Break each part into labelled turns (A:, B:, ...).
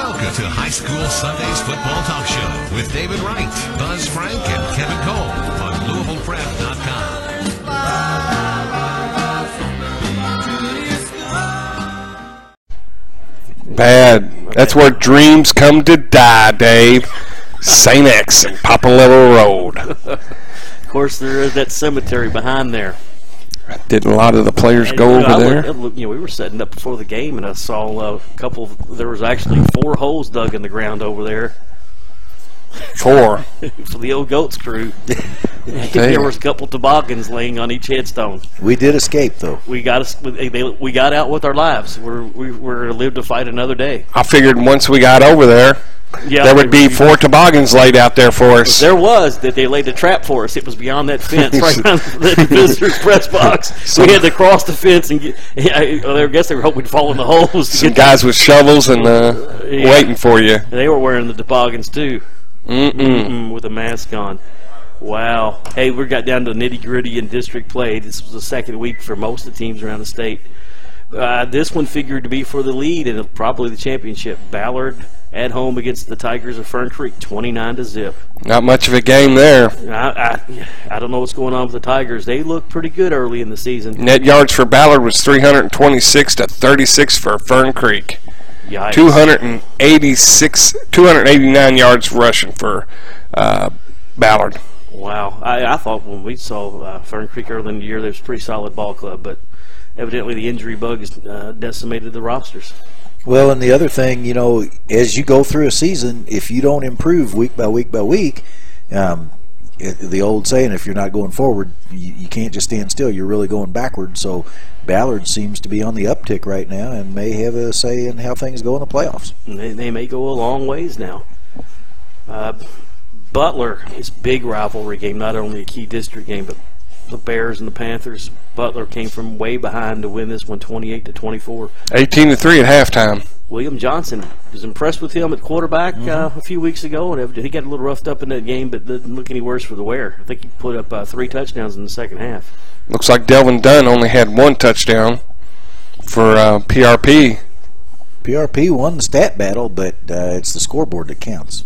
A: High School Sundays Football Talk Show with David Wright, Buzz Frank, and Kevin Cole on LouisvillePrep.com.
B: Bad. That's where dreams come to die, Dave. St. X and Papalillo Road.
C: Of course, there is that cemetery behind there.
B: Didn't a lot of the players
C: And,
B: go
C: you know, I
B: over
C: looked-
B: there?
C: I looked- you know, we were setting up before the game, and I saw uh, a couple. Of, there was actually four holes dug in the ground over there
B: Four.
C: for the old goats crew.
B: Damn.
C: there was a couple toboggans laying on each headstone.
D: We did escape, though.
C: We got us. They, they- we got out with our lives. We're we, we're lived to fight another day.
B: I figured once we got over there,
C: Yeah,
B: there would
C: they-
B: be four toboggans laid out there for us.
C: There was that they laid a trap for us. It was beyond that fence, right around the visitor's press box. we had to cross the fence and get. Yeah, I, well, I guess they were hoping to fall in the holes. To
B: Some
C: get,
B: guys with shovels and uh,
C: Yeah.
B: waiting for you.
C: they were wearing the toboggans too, Mm-mm, with a mask on. Wow. Hey, we got down to nitty gritty in district play. This was the second week for most of the teams around the state. Uh, this one figured to be for the lead and probably the championship. Ballard at home against the Tigers of Fern Creek, twenty-nine to zip.
B: Not much of a game there.
C: I, I I don't know what's going on with the Tigers. They look pretty good early in the season.
B: Net yards for Ballard was 326 to 36 for Fern Creek.
C: Yikes.
B: 286, 289 yards rushing for uh, Ballard.
C: Wow. I, I thought when we saw uh, Fern Creek early in the year, there was a pretty solid ball club, but evidently the injury bug has uh, decimated the rosters.
D: Well, and the other thing, you know, as you go through a season, if you don't improve week by week by week, um, it, the old saying, if you're not going forward, you, you can't just stand still. You're really going backward. So Ballard seems to be on the uptick right now and may have a say in how things go in the playoffs.
C: And they, they may go a long ways now. Uh, Butler is big rivalry game, not only a key district game, but the Bears and the Panthers. Butler came from way behind to win this one, 28 to 24.
B: 18 to 3 at halftime.
C: William Johnson was impressed with him at quarterback uh, a few weeks ago, and evidently he got a little roughed up in that game, but didn't look any worse for the wear. I think he put up uh, three touchdowns in the second half.
B: Looks like Delvin Dunn only had one touchdown for uh, PRP.
D: PRP won the stat battle, but uh, it's the scoreboard that counts.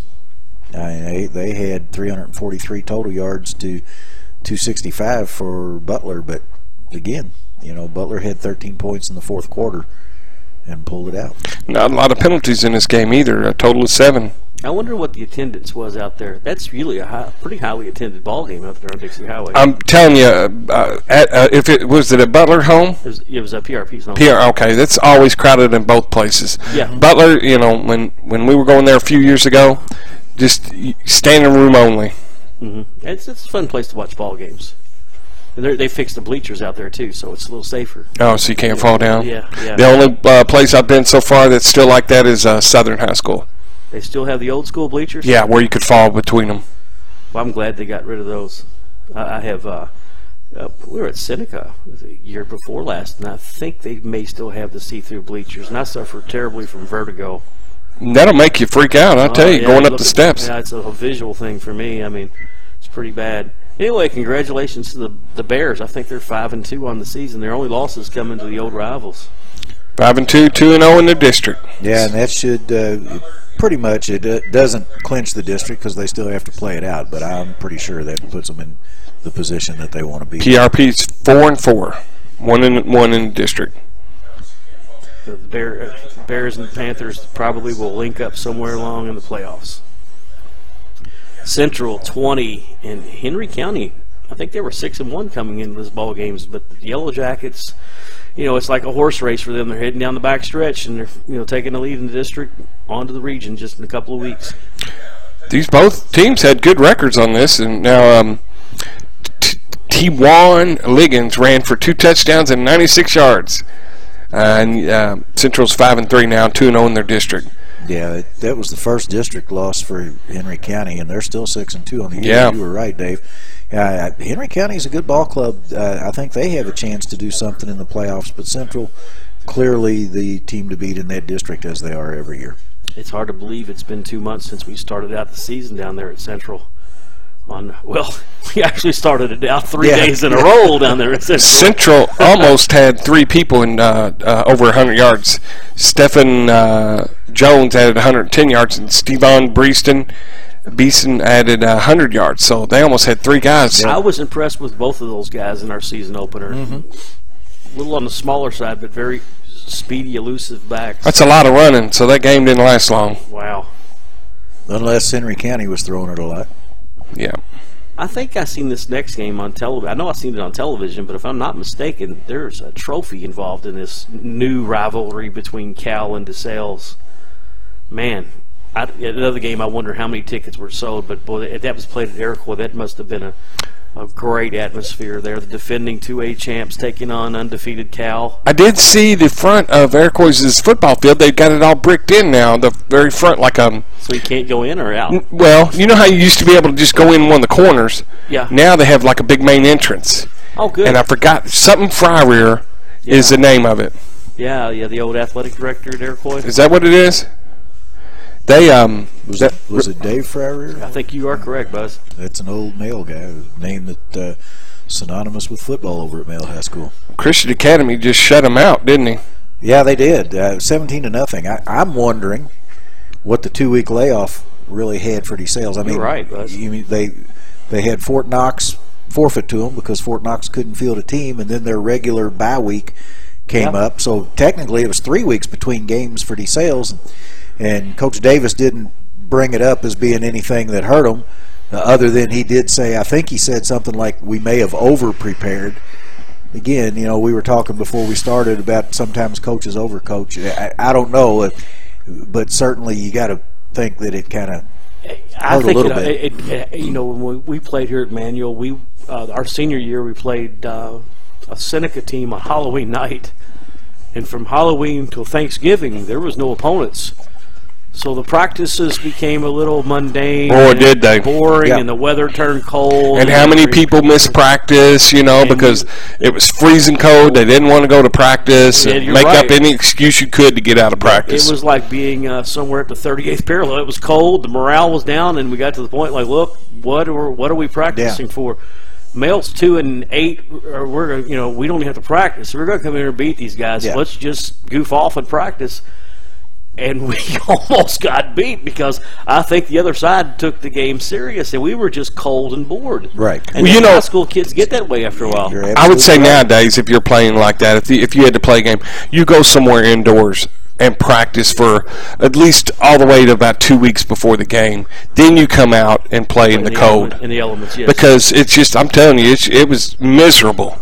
D: I mean, they, they had 343 total yards to 265 for Butler, but again, you know, Butler had 13 points in the fourth quarter and pulled it out.
B: Not a lot of penalties in this game either, a total of seven.
C: I wonder what the attendance was out there. That's really a high, pretty highly attended ball game out there on Dixie Highway.
B: I'm telling you, uh, at, uh, if it was it at Butler home?
C: it, was, it was a PRP zone.
B: Here, okay, that's always crowded in both places.
C: Yeah.
B: Butler, you know, when when we were going there a few years ago, just y- standing room only.
C: It's, it's a fun place to watch ball games. And they're- they fixed the bleachers out there too, so it's a little safer.
B: Oh, so you can't fall down.
C: Yeah, yeah.
B: The only uh, place I've been so far that's still like that is uh, Southern High School.
C: They still have the old school bleachers.
B: Yeah, where you could fall between them.
C: Well, I'm glad they got rid of those. I I have. Uh, uh, we were at Seneca the year before last, and I think they may still have the see-through bleachers. And I suffer terribly from vertigo.
B: And that'll make you freak out. I tell
C: Uh,
B: you,
C: yeah,
B: going
C: you
B: up
C: look
B: the
C: at-
B: steps.
C: Yeah, it's a, a visual thing for me. I mean, it's pretty bad. Anyway, congratulations to the the Bears. I think they're five and two on the season. Their only losses coming to the old rivals.
B: Five and two, two and zero in the district.
D: Yeah, and that should uh, pretty much it uh, doesn't clinch the district because they still have to play it out. But I'm pretty sure that puts them in the position that they want to be.
B: PRP's four and four, one and one in the district.
C: The Bear, uh, Bears and Panthers probably will link up somewhere along in the playoffs. Central 20 and Henry County. I think they were six and one coming into this ball games, but the Yellow Jackets, you know, it's like a horse race for them. They're heading down the back stretch and they're you know taking the lead in the district onto the region just in a couple of weeks.
B: These both teams had good records on this, and now um, T- T1 Liggins ran for two touchdowns and 96 yards. Uh, and uh, Central's five and three now, two and zero in their district.
D: Yeah, it, that was the first district loss for Henry County, and they're still six and two on the year.
B: Yeah.
D: You were right, Dave. Uh, Henry County is a good ball club. Uh, I think they have a chance to do something in the playoffs, but Central clearly the team to beat in that district as they are every year.
C: It's hard to believe it's been two months since we started out the season down there at Central. On well, we actually started it out three
D: Yeah.
C: days in a row down there at Central.
B: Central almost had three people in uh, uh, over 100 yards. Stefan uh, Jones added 110 yards, and Stevan Breeston Beeson added 100 yards. So they almost had three guys.
C: I was impressed with both of those guys in our season opener. A little on the smaller side, but very speedy, elusive backs.
B: That's a lot of running, so that game didn't last long.
C: wow.
D: Unless Henry County was throwing it a lot.
B: Yeah.
C: I think I seen this next game on television. I know I seen it on television, but if I'm not mistaken, there's a trophy involved in this new rivalry between Cal and DeSales. Man, I, another game. I wonder how many tickets were sold, but boy, that- that was played at Iroquois. That must have been a, a great atmosphere there. The defending 2A champs taking on undefeated Cal.
B: I did see the front of Iroquois' football field. They've got it all bricked in now. The very front, like um,
C: So you can't go in or out.
B: well, you know how you used to be able to just go in one of the corners.
C: Yeah.
B: Now they have like a big main entrance,
C: Oh, good.
B: and I forgot something. Fry rear is the name of it.
C: yeah, yeah. The old athletic director at Iroquois.
B: Is that what it is? They um,
D: Was
B: that-
D: it was it Dave Fryer?
C: I think you are correct, Buzz.
D: That's an old male guy, name that uh, synonymous with football over at Male High School.
B: Christian Academy just shut them out, didn't he?
D: Yeah, they did. Uh, 17 to nothing. I, I'm wondering what the two week layoff really had for DeSales. I mean,
C: right, Buzz.
D: You mean they they had Fort Knox forfeit to them because Fort Knox couldn't field a team, and then their regular bye week came
C: Yeah.
D: up. So technically, it was three weeks between games for DeSales, and Coach Davis didn't bring it up as being anything that hurt them. Uh, other than he did say, I think he said something like, "We may have over prepared." again, you know, we were talking before we started about sometimes coaches overcoach. I, I don't know, if, but certainly you got to think that it kind of.
C: I
D: Hurt a
C: think
D: little
C: it,
D: bit.
C: It, it- you know when we, we played here at Manual, we uh, our senior year we played uh, a Seneca team on Halloween night, and from Halloween till Thanksgiving there was no opponents. So the practices became a little mundane.
B: Boy,
C: and
B: did they.
C: Boring,
D: Yeah.
C: and the weather turned cold.
B: And how many
C: every-
B: people missed practice, you know, because it was freezing cold. They didn't want to go to practice
C: Yeah,
B: and
C: you're
B: make up
C: right.
B: any excuse you could to get out of practice.
C: It was like being uh, somewhere at the 38th parallel. It was cold, the morale was down, and we got to the point like, look, what are what are we practicing for? Males two and eight, or we're gonna, you know we don't have to practice. We're going to come in here and beat these guys.
D: Yeah.
C: Let's just goof off and practice. And we almost got beat because I think the other side took the game serious, and we were just cold and bored.
D: Right.
C: And
B: Well, you
C: the
B: know-
C: high school kids get that way after a while.
D: You're
B: I would
D: absolutely
B: say
D: right.
B: nowadays, if you're playing like that, if you, if you had to play a game, you go somewhere indoors and practice for at least all the way to about two weeks before the game. Then you come out and play in the cold
C: element- in the elements. Yes.
B: because it's just I'm telling you, it's, it was miserable.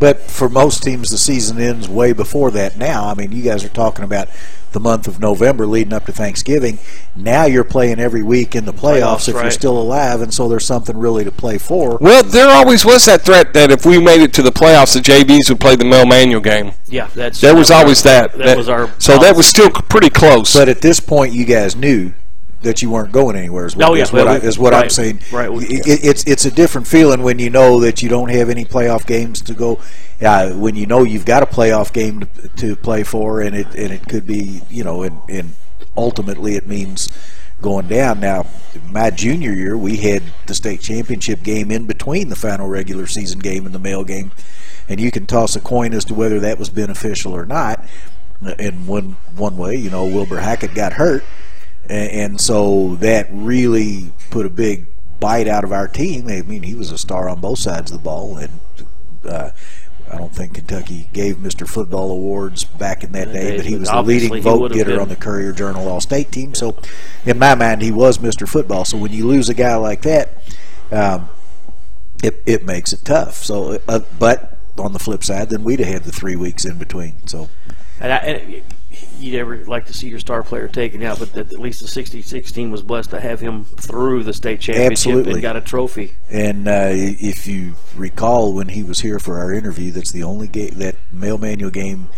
D: But for most teams, the season ends way before that. Now, I mean, you guys are talking about the month of November leading up to Thanksgiving. Now you're playing every week in the playoffs,
C: Playoffs,
D: if you're
C: right.
D: still alive, and so there's something really to play for.
B: Well, there always was that threat that if we made it to the playoffs, the JVs would play the Mel Manual game.
C: yeah, that's
B: There was
C: that
B: always that.
C: That, was our
B: so that was still c- pretty close.
D: But at this point, you guys knew that you weren't going anywhere. Is what,
C: Oh, yeah.
D: is what, I,
C: Well,
D: is what I'm
C: right.
D: saying.
C: Right. We-
D: It- it- it's it's a different feeling when you know that you don't have any playoff games to go. Uh, when you know you've got a playoff game to, to play for, and it and it could be you know, and, and ultimately it means going down. Now, my junior year, we had the state championship game in between the final regular season game and the mail game, and you can toss a coin as to whether that was beneficial or not. In one one way, you know, Wilbur Hackett got hurt, and, and so that really put a big bite out of our team. I mean, he was a star on both sides of the ball, and uh, I don't think Kentucky gave Mr. Football awards back in that day,
C: days,
D: but he
C: but
D: was the
C: obviously
D: leading
C: he
D: vote
C: would've
D: getter
C: been.
D: on the Courier Journal All State team. So, in my mind, he was Mr. Football. So when you lose a guy like that, um, it it makes it tough. So, uh, but on the flip side, then we'd have had the three weeks in between. So.
C: And, I, and you never like to see your star player taken out, but at least the 66 team was blessed to have him through the state championship
D: Absolutely.
C: and got a trophy.
D: And uh, if you recall, when he was here for our interview, that's the only game that male manual game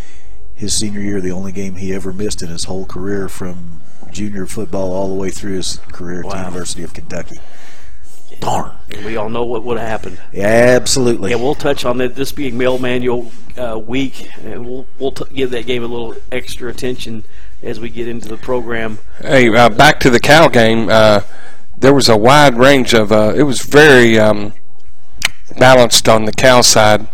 D: his senior year, the only game he ever missed in his whole career from junior football all the way through his career at the
C: Wow.
D: University of Kentucky. Darn.
C: And we all know what would have happened.
D: Absolutely.
C: Yeah, we'll touch on that. This being Mel Manual uh, week, and we'll we'll t- give that game a little extra attention as we get into the program.
B: Hey, uh, back to the Cal game. Uh, there was a wide range of. Uh, it was very um, balanced on the Cal side.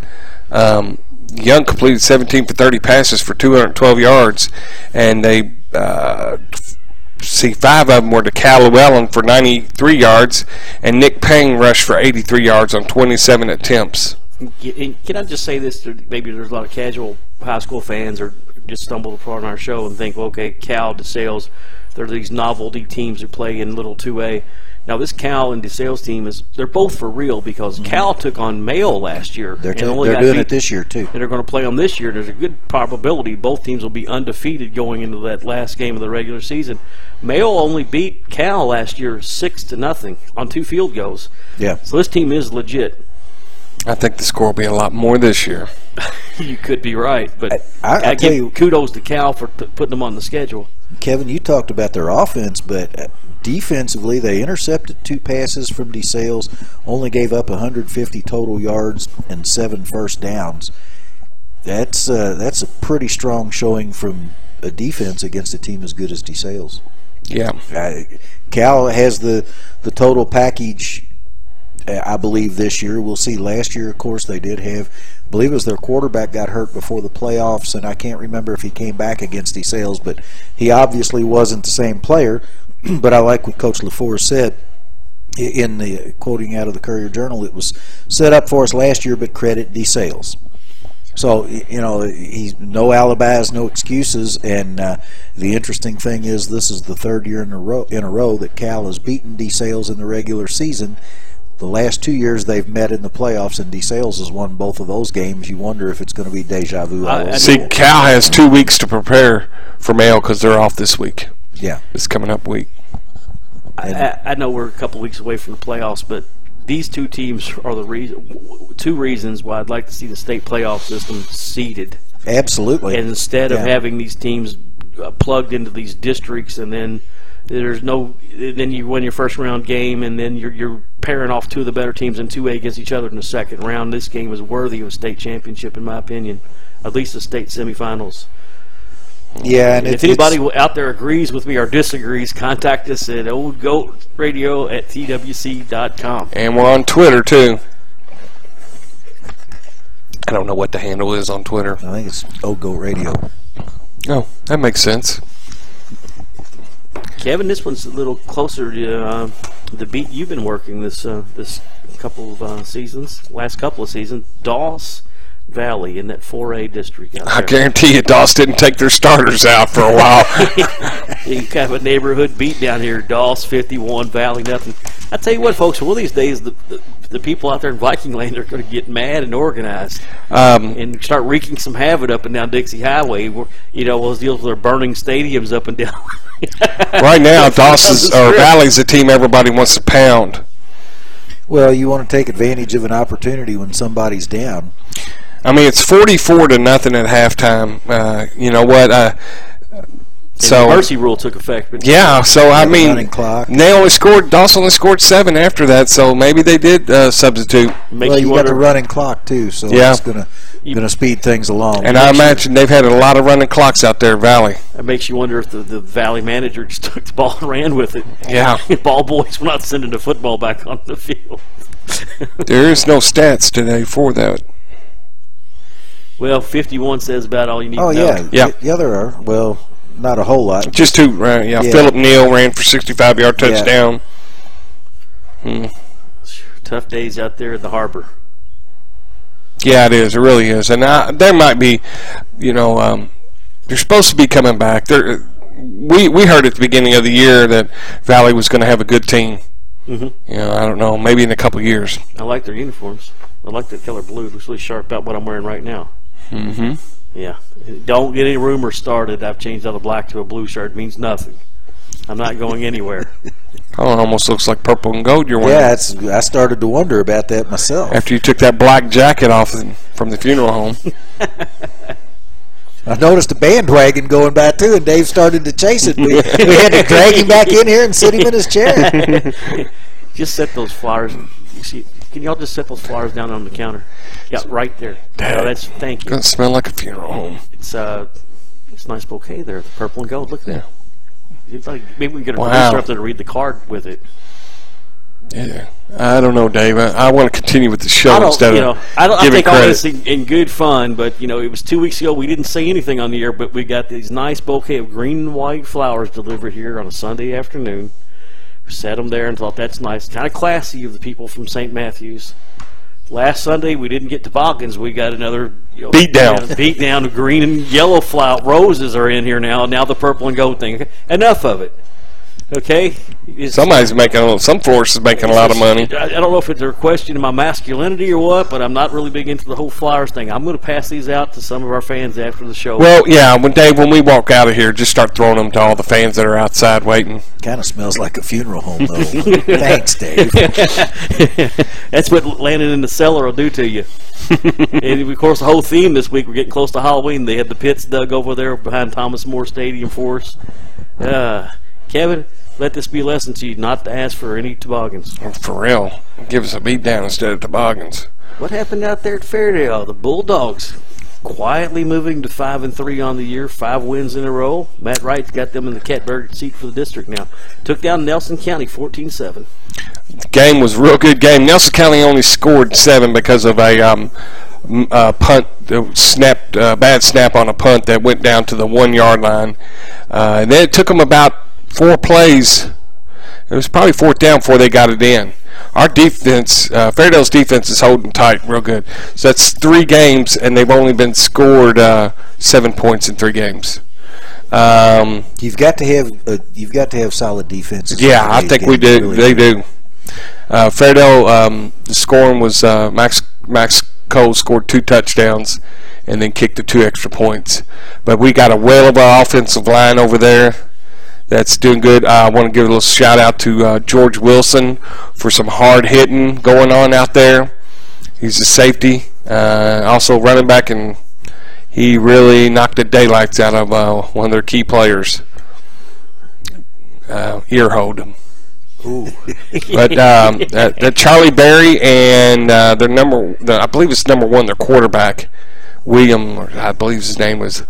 B: Um, Young completed 17 for 30 passes for 212 yards, and they uh, see five of them were to Cal Llewellyn for 93 yards, and Nick Payne rushed for 83 yards on 27 attempts.
C: Can can I just say this? There- Maybe there's a lot of casual high school fans or just stumbled upon our show and think, okay, Cal, DeSales, they're these novelty teams that play in little 2A. Now, this Cal and DeSales team is, they're both for real because Cal took on Mayo last year.
D: Mm-hmm. They're,
C: and
D: t-
C: only
D: they're
C: got
D: doing
C: beat-
D: it this year, too.
C: and they're going to play them this year. There's a good probability both teams will be undefeated going into that last game of the regular season. Mayo only beat Cal last year six to nothing on two field goals.
D: Yeah.
C: So this team is legit.
B: I think the score will be a lot more this year.
C: You could be right, but
D: I- I
C: I
D: tell
C: give
D: you-
C: kudos to Cal for t- putting them on the schedule.
D: Kevin, you talked about their offense, but uh, defensively, they intercepted two passes from DeSales, only gave up 150 total yards and seven first downs. That's uh, that's a pretty strong showing from a defense against a team as good as DeSales.
B: Yeah.
D: Uh, Cal has the the total package. uh, I believe this year we'll see. Last year, of course, they did have. I believe it was their quarterback got hurt before the playoffs, and I can't remember if he came back against DeSales, but he obviously wasn't the same player. but I like what Coach LaFour said i- in the quoting out of the Courier Journal. It was set up for us last year, but credit DeSales. So y- you know, he's no alibis, no excuses, and uh, the interesting thing is this is the third year in a row in a row that Cal has beaten DeSales in the regular season. The last two years they've met in the playoffs, and DeSales has won both of those games. You wonder if it's going to be deja vu. all
C: I- I
D: over.
B: See, Cal has two weeks to prepare for Mayo because they're off this week.
D: yeah,
B: It's coming up week.
C: I, I know we're a couple weeks away from the playoffs, but these two teams are the reason, two reasons why I'd like to see the state playoff system seeded.
D: absolutely.
C: and instead of
D: Yeah.
C: having these teams uh, plugged into these districts and then there's no then you win your first round game and then you're, you're pairing off two of the better teams in 2A against each other in the second round this game is worthy of a state championship in my opinion at least the state semifinals
D: yeah, and
C: and
D: it-
C: if anybody out there agrees with me or disagrees contact us at oldgoatradio at twc.com
B: And we're on Twitter, too. I don't know what the handle is on Twitter.
D: I think it's Old Goat Radio.
B: Oh, that makes sense.
C: Kevin this one's a little closer to uh, the beat you've been working this uh, this couple of uh, seasons, last couple of seasons, Doss Valley in that 4A district out
B: I
C: there.
B: guarantee you, Doss didn't take their starters out for a while.
C: You kind of a neighborhood beat down here, Doss 51, Valley nothing. I tell you what, folks, one of these days the, the, the people out there in Viking land are going to get mad and organized
B: um,
C: and start wreaking some havoc up and down Dixie Highway. Where, you know, those deals with their burning stadiums up and down.
B: right now, Doss
C: Down
B: is,
C: the
B: or
C: strip.
B: Valley's a team everybody wants to pound.
D: Well, you want to take advantage of an opportunity when somebody's down.
B: I mean, it's 44 to nothing at halftime. Uh, you know what? Uh, so
C: Mercy rule took effect, but
B: yeah, so I mean,
D: running clock.
B: they only scored. Doss only scored seven after that, so maybe they did uh, substitute.
C: makes
D: well,
C: you
D: you got
C: wonder.
D: the running clock too, so
B: Yeah.
D: it's gonna gonna speed things along.
B: And I imagine they've had a lot of running clocks out there, Valley.
C: It makes you wonder if the, the Valley manager just took the ball and ran with it.
B: Yeah,
C: Ball boys were not sending the football back on the field.
B: there is no stats today for that.
C: well, 51 says about all you need
D: Oh
C: to know.
D: yeah,
B: Yeah.
D: Y- yeah. There are well, not a whole lot.
B: Just two, right? Yeah,
D: Yeah.
B: Philip Neal ran for 65 yard
D: Yeah.
B: touchdown.
C: Tough days out there in the harbor.
B: Yeah, it is. It really is. And I, there might be, you know, um, they're supposed to be coming back. They're, we we heard at the beginning of the year that Valley was going to have a good team. Mm-hmm. You know, I don't know, maybe in a couple years.
C: I like their uniforms. I like the color blue. It looks really sharp about what I'm wearing right now. Mm-hmm. Yeah. Don't get any rumors started. I've changed out of black to a blue shirt. It means nothing. I'm not going anywhere.
B: Oh, it almost looks like purple and gold you're wearing
D: Yeah, it's, I started to wonder about that myself.
B: after you took that black jacket off in- from the funeral home.
D: I noticed a bandwagon going by too, and Dave started to chase it. We, we had to drag him back in here and sit him in his chair.
C: just set those flowers. You see, can y'all just set those flowers down on the counter? Yeah, right there. Oh, that's thank you.
B: Doesn't smell like a funeral home.
C: It's uh, it's a nice bouquet there, purple and gold. Look at that. It's like- Maybe we get a
B: Wow.
C: producer up there to read the card with it.
B: Yeah. I don't know, Dave. I, I want to continue with the
C: I
B: show
C: don't,
B: instead
C: you
B: of
C: know, I, don't, I
B: giving
C: think all this
B: credit.
C: in, in good fun, but you know, it was two weeks ago. We didn't say anything on the air, but we got these nice bouquet of green and white flowers delivered here on a Sunday afternoon. We set them there and thought that's nice, kind of classy of the people from St. Matthews. Last Sunday we didn't get toboggans. We got another you know,
B: Beat down.
C: yeah, beat down of green and yellow flower roses are in here now. Now the purple and gold thing. Enough of it. Okay. It's-
B: Somebody's making some force is making a lot of money.
C: I, I don't know if it's a question of my masculinity or what, but I'm not really big into the whole flowers thing. I'm going to pass these out to some of our fans after the show.
B: Well, yeah. When Dave, when we walk out of here, just start throwing them to all the fans that are outside waiting.
D: Kind of smells like a funeral home, though. Thanks, Dave.
C: That's what landing in the cellar will do to you. and of course, the whole theme this week, we're getting close to Halloween. They had the pits dug over there behind Thomas More Stadium for us. Uh, Kevin, let this be a lesson to you not to ask for any toboggans.
B: For real, give us a beat down instead of toboggans.
C: What happened out there at Fairdale? The Bulldogs quietly moving to five and three on the year, five wins in a row. Matt Wright's got them in the Catbird seat for the district now. Took down Nelson County 14-7.
B: game was a real good game. Nelson County only scored seven because of a um, m- uh, punt uh, snapped uh, bad snap on a punt that went down to the one yard line. Uh, and then it took them about four plays. It was probably fourth down before they got it in. Our defense, uh, Fairdale's defense, is holding tight, real good. So that's three games, and they've only been scored uh, seven points in three games. Um,
D: You've got to have uh, you've got to have solid defenses.
B: yeah, I
D: These
B: think we
D: games
B: do. they
D: really
B: do. Uh, Fairdale um, the scoring was uh, Max Max Cole scored two touchdowns and then kicked the two extra points. But we got a well of our offensive line over there that's doing good. I want to give a little shout out to uh, George Wilson for some hard hitting going on out there. He's a safety, uh, also running back, and he really knocked the daylights out of uh, one of their key players. Uh, ear hold him. But um, uh, the Charlie Berry and uh, their number, the, I believe it's number one, their quarterback, William, or I believe his name was.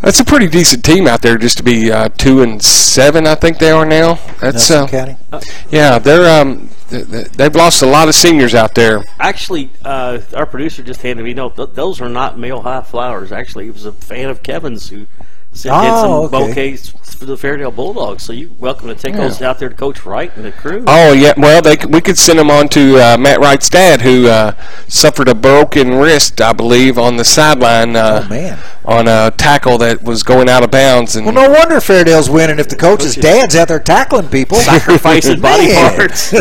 B: That's a pretty decent team out there, just to be uh, two and seven. I think they are now. That's
D: Nelson
B: uh,
D: County.
B: yeah, they're um, th- th- they've lost a lot of seniors out there.
C: Actually, uh, our producer just handed me no. Th- those are not male high flowers. Actually, it was a fan of Kevin's who sent in some
D: Oh, okay.
C: bouquets for the Fairdale Bulldogs. So you're welcome to take those out there to Coach Wright and the crew.
B: Oh yeah, well they c- we could send them on to uh, Matt Wright's dad, who uh, suffered a broken wrist, I believe, on the sideline. Uh,
D: Oh, man.
B: On a tackle that was going out of bounds, and
D: Well, no wonder Fairdale's winning if the coach's dad's out there tackling people.
C: Sacrificing body
D: Man.
C: parts.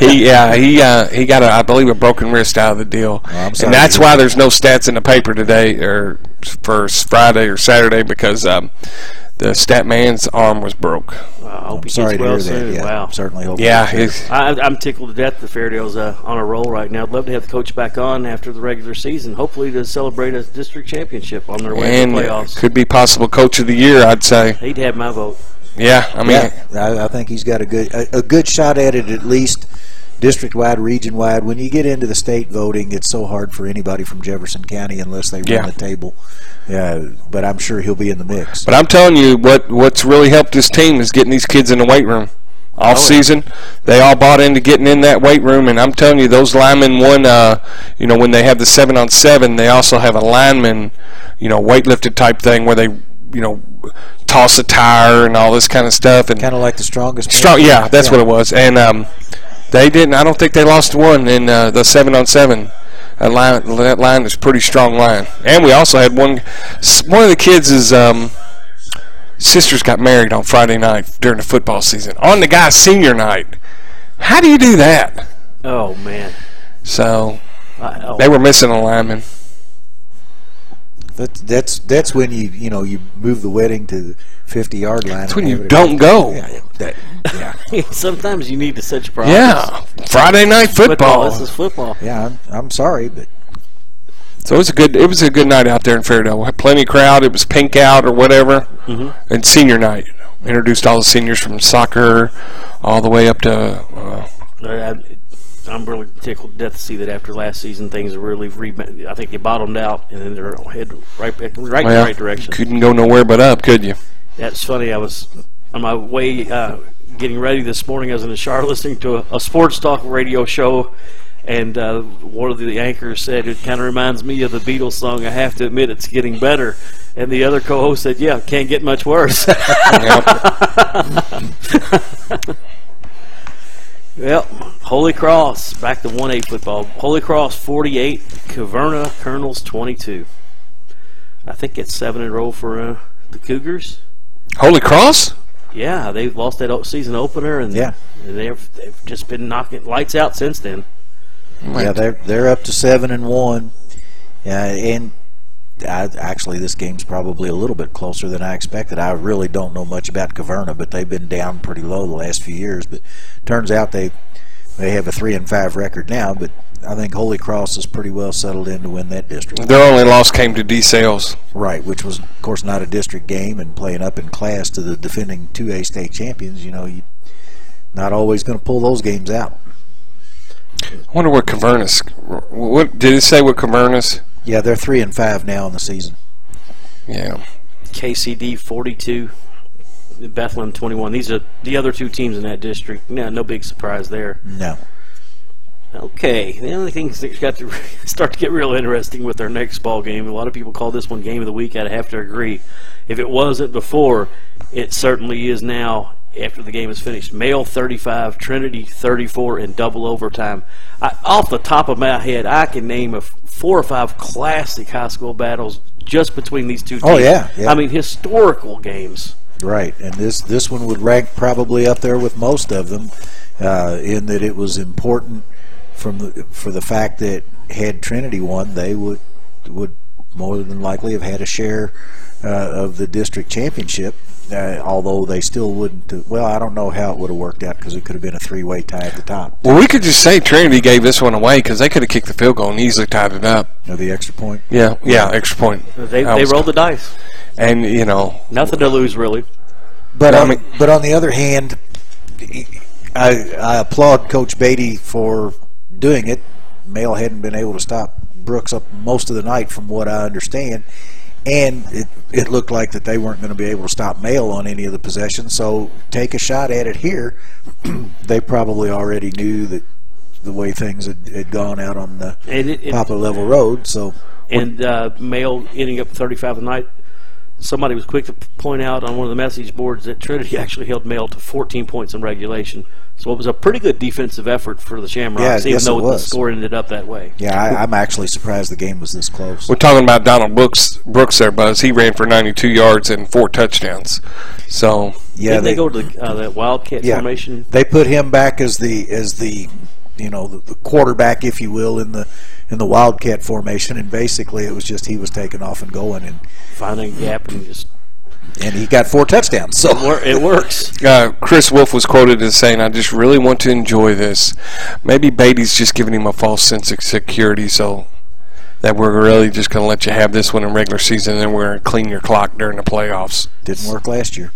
B: he yeah he uh, he got a I believe a broken wrist out of the deal,
D: I'm sorry
B: and that's
D: to
B: why there's no stats in the paper today or for s- Friday or Saturday because um, the stat man's arm was broke.
C: Wow, I hope he gets
D: Sorry to
C: well
D: hear that.
C: soon.
D: Yeah,
C: Wow.
D: certainly hope.
B: Yeah, he's,
C: I, I'm tickled to death that Fairdale's uh, on a roll right now. I'd love to have the coach back on after the regular season, hopefully to celebrate a district championship on their way
B: and uh,
C: to the playoffs.
B: could be possible coach of the year. I'd say.
C: He'd have my vote.
B: Yeah, I mean.
D: Yeah, I, I think he's got a good a, a good shot at it at least district wide, region wide. When you get into the state voting, it's so hard for anybody from Jefferson County unless they
B: Yeah.
D: run the table. Yeah, but I'm sure he'll be in the mix.
B: But I'm telling you, what what's really helped this team is getting these kids in the weight room. Off season, they all bought into getting in that weight room, and I'm telling you, those linemen won. Uh, you know, when they have the seven on seven, they also have a lineman, you know, weightlifted type thing where they, you know, toss a tire and all this kind of stuff. And
D: Kind of like the strongest. man.
B: strong, yeah, that's what it was. And um, they didn't. I don't think they lost one in uh, the seven on seven. That line, that line is pretty strong line. And we also had one. s- One of the kids is. Um, sisters got married on Friday night during the football season on the guy's senior night. How do you do that?
C: Oh, man.
B: So
C: I, oh,
B: they were missing a lineman.
D: That, that's that's when you you know you move the wedding to the 50 yard line.
B: That's when you don't go.
D: Yeah, that, yeah,
C: sometimes you need to such problems.
B: Yeah, Friday night
C: Football.
B: football.
C: This is football.
D: yeah. I'm, I'm sorry, but
B: So it was a good. It was a good night out there in Fairdale. We had plenty of crowd. It was pink out or whatever,
C: Mm-hmm.
B: and senior night. Introduced all the seniors from soccer, all the way up to. Uh,
C: I, I'm really tickled to death to see that after last season, things really rebound. I think they bottomed out, and then they're head right, back, right in the
B: well,
C: right direction.
B: couldn't go nowhere but up, could you?
C: That's funny. I was on my way uh, getting ready this morning, I was in the shower listening to a, a sports talk radio show, and uh, one of the anchors said, It kind of reminds me of the Beatles song, I have to admit it's getting better. And the other co host said, Yeah, can't get much worse. Yep. Holy Cross, back to 1A football. Holy Cross 48, Caverna Colonels 22. I think it's seven in a row for uh, the Cougars.
B: Holy Cross?
C: Yeah, they've lost that o- season opener, and
D: Yeah.
C: and they've, they've just been knocking lights out since then.
D: Yeah, they're they're up to seven and one, uh, and I, actually this game's probably a little bit closer than I expected. I really don't know much about Caverna, but they've been down pretty low the last few years. But turns out they they have a three and five record now. But I think Holy Cross is pretty well settled in to win that district,
B: Their only loss came to D Sales.
D: right? Which was, of course, not a district game, and playing up in class to the defending two A state champions. You know, you not always going to pull those games out.
B: I wonder what Cavernus. What did it say? What Cavernus?
D: Yeah, they're three and five now in the season.
B: Yeah.
C: KCD 42, Bethlehem 21. These are the other two teams in that district. No, no big surprise there.
D: No.
C: Okay, the only things that got to start to get real interesting with our next ball game. A lot of people call this one game of the week. I'd have to agree. If it wasn't before, it certainly is now. After the game is finished, Mail 35, Trinity 34 in double overtime. I, off the top of my head, I can name a f- four or five classic high school battles just between these two teams.
D: Oh, yeah, yeah.
C: I mean historical games.
D: Right, and this this one would rank probably up there with most of them, uh, in that it was important from the, for the fact that had Trinity won, they would would more than likely have had a share uh, of the district championship. Uh, although they still wouldn't. Have, well, I don't know how it would have worked out because it could have been a three-way tie at the top
B: Well, we could just say Trinity gave this one away because they could have kicked the field goal and easily tied it up.
D: of the extra point.
B: Yeah. Yeah. Extra point.
C: They,
B: I
C: they
B: was-
C: rolled the dice.
B: And you know,
C: Nothing to lose, really.
D: But
B: I
D: on,
B: mean-
D: but on the other hand, I, I applaud Coach Beatty for doing it. Mail hadn't been able to stop Brooks up most of the night, from what I understand, and it, it looked like that they weren't going to be able to stop Mail on any of the possessions. So take a shot at it here. they probably already knew that the way things had, had gone out on the
C: And it, it,
D: Poplar Level Road. So
C: and uh, Mail ending up 35 a night. Somebody was quick to p- point out on one of the message boards that Trinity actually held Mail to 14 points in regulation. So it was a pretty good defensive effort for the Shamrocks,
D: Yeah,
C: even
D: yes, it
C: though the
D: was.
C: score ended up that way.
D: yeah, I, I'm actually surprised the game was this close.
B: we're talking about Donald Brooks. Brooks there, Buzz. He ran for 92 yards and four touchdowns. So
D: Yeah,
C: Did they, go to the, uh, that Wildcat formation?
D: They put him back as the as the you know the, the quarterback, if you will, in the in the Wildcat formation, and basically it was just he was taking off and going, and
C: Finding a gap and just.
D: and he got four touchdowns. So
C: wor- It works.
B: Uh, Chris Wolf was quoted as saying, "I just really want to enjoy this. Maybe Beatty's just giving him a false sense of security, so that we're really just going to let you have this one in regular season, and then we're going to clean your clock during the playoffs."
D: didn't work last year.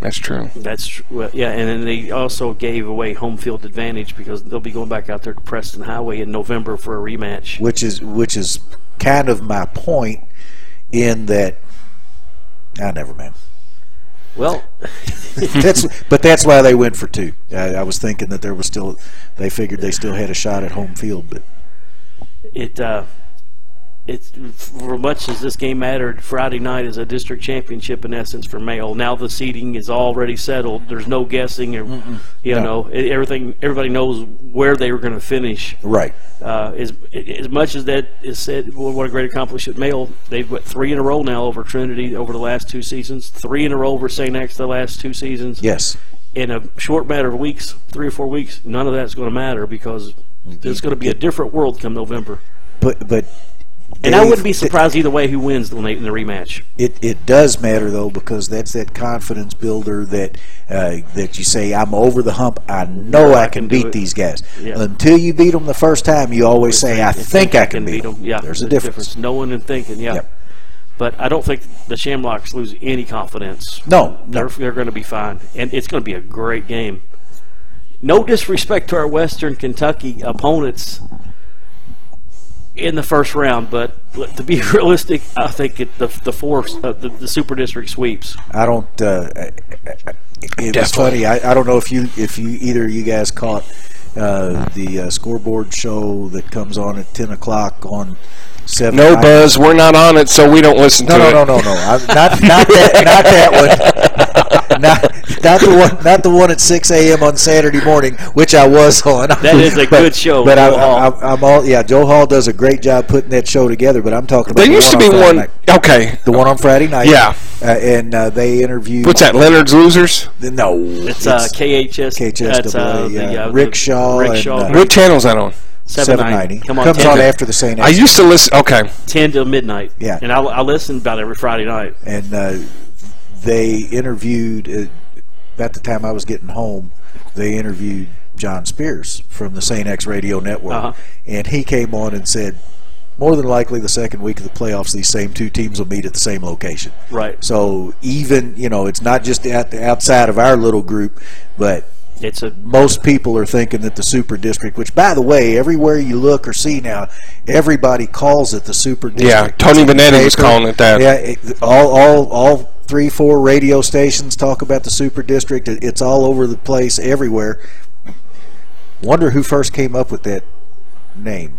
B: That's true.
C: That's tr- well, yeah, and then they also gave away home field advantage because they'll be going back out there to Preston Highway in November for a rematch.
D: which is which is kind of my point in that I never mind.
C: Well,
D: That's but that's why they went for two. I, I was thinking that there was still they figured they still had a shot at home field, but
C: it uh, it's for much as this game mattered. Friday night is a district championship in essence for Mail. Now the seating is already settled. There's no guessing, or you know, e- everything. Everybody knows where they were going to finish.
D: right.
C: Uh, as as much as that is said, well, what a great accomplishment, Mail. They've got three in a row now over Trinity over the last two seasons. Three in a row over St. X the last two seasons.
D: Yes.
C: In a short matter of weeks, three or four weeks, none of that's going to matter because there's going to be a different world come November.
D: But but
C: And I
D: Dave,
C: wouldn't be
D: th-
C: surprised either way who wins when they in the rematch.
D: It, it does matter though because that's that confidence builder that uh, that you say I'm over the hump. I know I can
C: do
D: beat
C: it."
D: these guys.
C: Yeah.
D: Until you beat them the first time, you always say I think I can beat them.
C: Yeah,
D: there's a difference.
C: Knowing and thinking, yeah.
D: Yep.
C: But I don't think the Shamrocks lose any confidence.
D: No,
C: They're,
D: no,
C: they're going to be fine, and it's going to be a great game. No disrespect to our Western Kentucky opponents. in the first round. But look, to be realistic, I think it, the the four uh, the, the super district sweeps.
D: I don't. Uh, I- I- it was
B: Definitely.
D: funny. I, I don't know if you if you either of you guys caught uh, the uh, scoreboard show that comes on at ten o'clock on seven.
B: No,
D: I-
B: Buzz, we're not on it, so we don't listen
D: No,
B: to
D: no,
B: it.
D: no, no, no. I, not not that not that one. Not, not the one, not the one at six a.m. on Saturday morning, which I was on. That
C: is a good show,
D: But I,
C: Joe Hall.
D: I, I'm all yeah. Joe Hall does a great job putting that show together. But I'm talking about
B: There
D: the
B: used to
D: one
B: be
D: on
B: one.
D: Friday night.
B: Okay.
D: the one on Friday night.
B: Yeah.
D: uh, and uh, they interviewed.
B: What's that, Leonard's Losers?
D: No,
C: It's, uh, KHS.
D: KHSAA,
C: that's, uh, the, uh,
D: yeah. Rick Shaw
C: Rick
D: and,
C: Shaw.
D: uh,
B: What channel's that on?
D: 790.
C: Come on,
D: Comes
C: 10
D: on
C: to,
D: after the St.
B: I used to listen. Okay.
C: 10 till midnight.
D: Yeah.
C: And I, I listen about every Friday night.
D: and uh, they interviewed uh, about the time I was getting home. They interviewed John Spears from the Saint X Radio Network,
C: Uh-huh.
D: and he came on and said, more than likely, the second week of the playoffs, these same two teams will meet at the same location.
C: Right.
D: So even you know, it's not just at the outside of our little group, but
C: It's a
D: most people are thinking that the super district, which by the way, everywhere you look or see now, everybody calls it the super district.
B: Yeah, Tony
D: It's in the
B: Benetti was
D: paper.
B: calling it that.
D: Yeah, it, all, all, all three, four radio stations talk about the super district. It, it's all over the place, everywhere. Wonder who first came up with that name.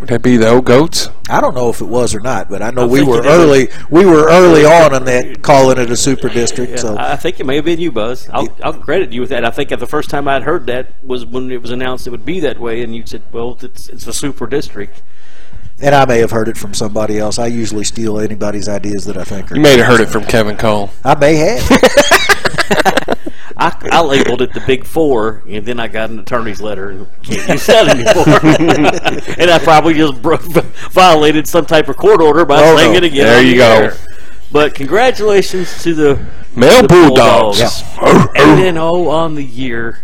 B: Would that be the old goats?
D: I don't know if it was or not, but I know
C: I
D: we
C: think
D: were
C: it is.
D: early. We were early on in that calling it a super district.
C: Yeah,
D: so
C: I I think it may have been you, Buzz. I'll, I'll credit you with that. I think the first time I'd heard that was when it was announced it would be that way, and you said, "Well, it's it's a super district."
D: And I may have heard it from somebody else. I usually steal anybody's ideas that I think are.
B: You may have heard it from Kevin Cole.
D: I may have.
C: I, I labeled it the Big Four, and then I got an attorney's letter and can't use that anymore. and I probably just bro- violated some type of court order by
D: Oh,
C: saying
D: no.
C: it again.
B: There
C: on
B: you
C: the
B: go.
C: air. But congratulations to the
B: Male
C: the
B: Bulldogs.
C: and then oh, on the year.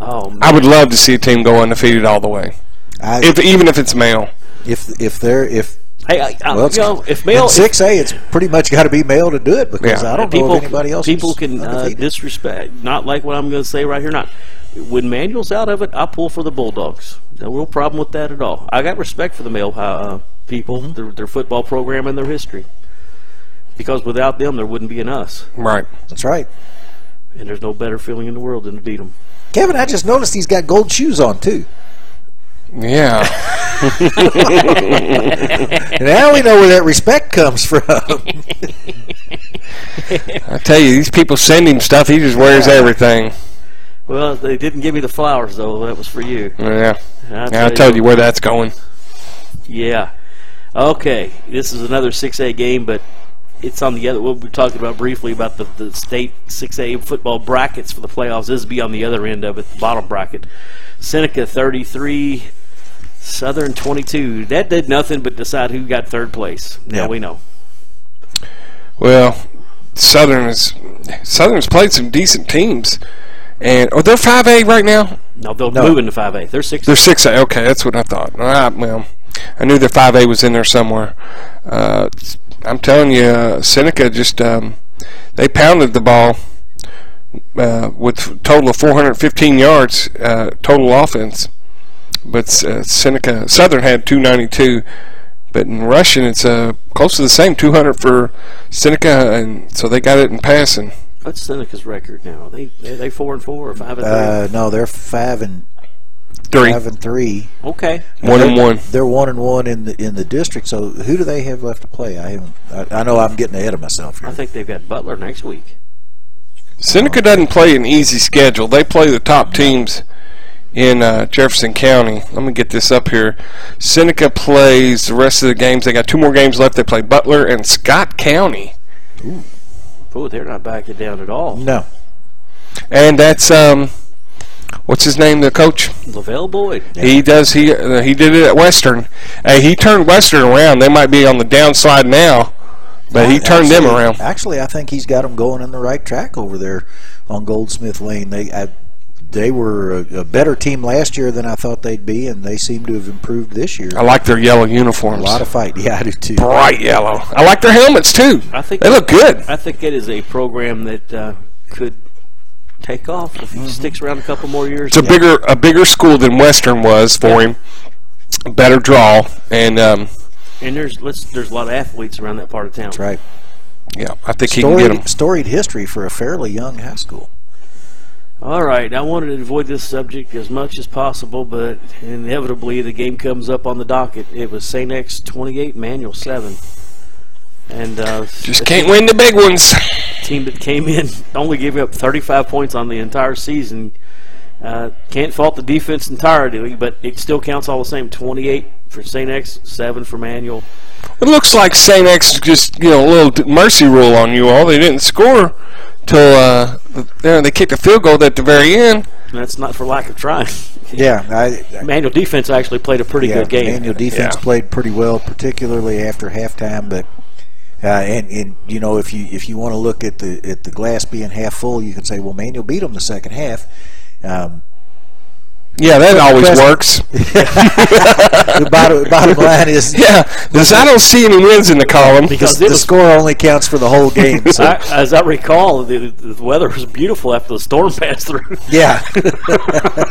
C: Oh man,
B: I would love to see a team go undefeated all the way,
D: I, if,
B: if even if it's male.
D: if if they're if
C: hey, I, I,
D: well,
C: you
D: it's-
C: know, if male
D: in six A, it's pretty much got to be male to do it because
B: Yeah.
D: I don't know
C: people,
D: if anybody else.
C: people
D: is
C: can uh,
D: undefeated.
C: disrespect, not like what I'm going to say right here. Not when Manuel's out of it, I pull for the Bulldogs. No real problem with that at all. I got respect for the male uh, people,
D: Mm-hmm.
C: their, their football program, and their history. Because without them, there wouldn't be an us,
B: Right.
D: That's right.
C: and there's no better feeling in the world than to beat them.
D: Kevin, I just noticed he's got gold shoes on too.
B: Yeah.
D: now we know where that respect comes from.
B: I tell you, these people send him stuff. He just wears everything.
C: Well, they didn't give me the flowers though. That was for you.
B: Yeah.
C: I
B: Yeah, I
C: tell
B: told you where that's going.
C: Yeah. Okay. This is another 6A game, but it's on the other. What we talked about briefly about the, the state 6A football brackets for the playoffs. This will be on the other end of it, the bottom bracket. Seneca 33, Southern 22. That did nothing but decide who got third place. Now
D: Yeah.
C: we know.
B: Well, Southern is Southern's played some decent teams, and oh, they're five A right now.
C: No, they'll move into 5A. They're 6
B: They're six A. Okay, that's what I thought. All right, well, I knew the five A was in there somewhere. Uh, I'm telling you, uh, Seneca just um, they pounded the ball uh, with a total of 415 yards uh, total offense, but uh, Seneca Southern had 292. But in rushing, it's uh, close to the same 200 for Seneca, and so they got it in passing.
C: What's Seneca's record now? They they, they 4 and 4 or 5 and 3?
D: uh, no, they're five and
B: Three,
D: five and three.
C: okay.
B: one and one.
D: They're one and one in the in the district. So who do they have left to play? I haven't. I, I know I'm getting ahead of myself here.
C: I think they've got Butler next week.
B: Seneca doesn't play an easy schedule. They play the top teams in uh, Jefferson County. Let me get this up here. Seneca plays the rest of the games. They got two more games left. They play Butler and Scott County,
C: Oh, they're not backing down at all.
D: no,
B: and that's um, what's his name? The coach.
C: Lavelle Boyd.
B: He does. He uh, he did it at Western. Hey, he turned Western around. They might be on the downslide now, but he turned them
D: Actually-
B: around.
D: Actually, I think he's got them going in the right track over there on Goldsmith Lane. They I, they were a, a better team last year than I thought they'd be, and they seem to have improved this year.
B: I like their yellow
D: A
B: uniforms.
D: lot of fight, yeah, I do too.
B: bright yellow. I like their helmets too.
C: I think
B: they look good.
C: I think it is a program that uh, could take off if he sticks around a couple more
B: It's
C: years.
B: a bigger a bigger school than Western was for him. better draw, and um,
C: And there's let's, there's a lot of athletes around that part of town.
D: Right.
B: yeah, I think he can get
D: Storied,
B: them.
D: storied history for a fairly young high school.
C: All right, I wanted to avoid this subject as much as possible, but inevitably the game comes up on the docket. It was St. X 28, Manual 7. And uh,
B: Just can't win the big ones.
C: team that came in only giving up 35 points on the entire season. Uh, can't fault the defense entirely, but it still counts all the same. 28 for St. X, 7 for Manual.
B: It looks like Saint X just you know a little d- mercy rule on you all. They didn't score till uh, the, there they kicked a field goal at the very end.
C: And that's not for lack of trying.
D: Yeah, I, I-
C: Manual defense actually played a pretty
D: yeah,
C: good game.
D: Manual defense
B: Yeah.
D: played pretty well, particularly after halftime. But uh, and, and you know if you if you want to look at the at the glass being half full, you can say, well, Manuel beat them the second half. Um,
B: Yeah, that always
D: Impressive.
B: works.
D: the bottom, bottom line is
B: Yeah, because I don't see any wins in the column.
C: Because
D: the
C: it was-
D: score only counts for the whole game. So
C: I, as I recall, the, the weather was beautiful after the storm passed through.
D: yeah,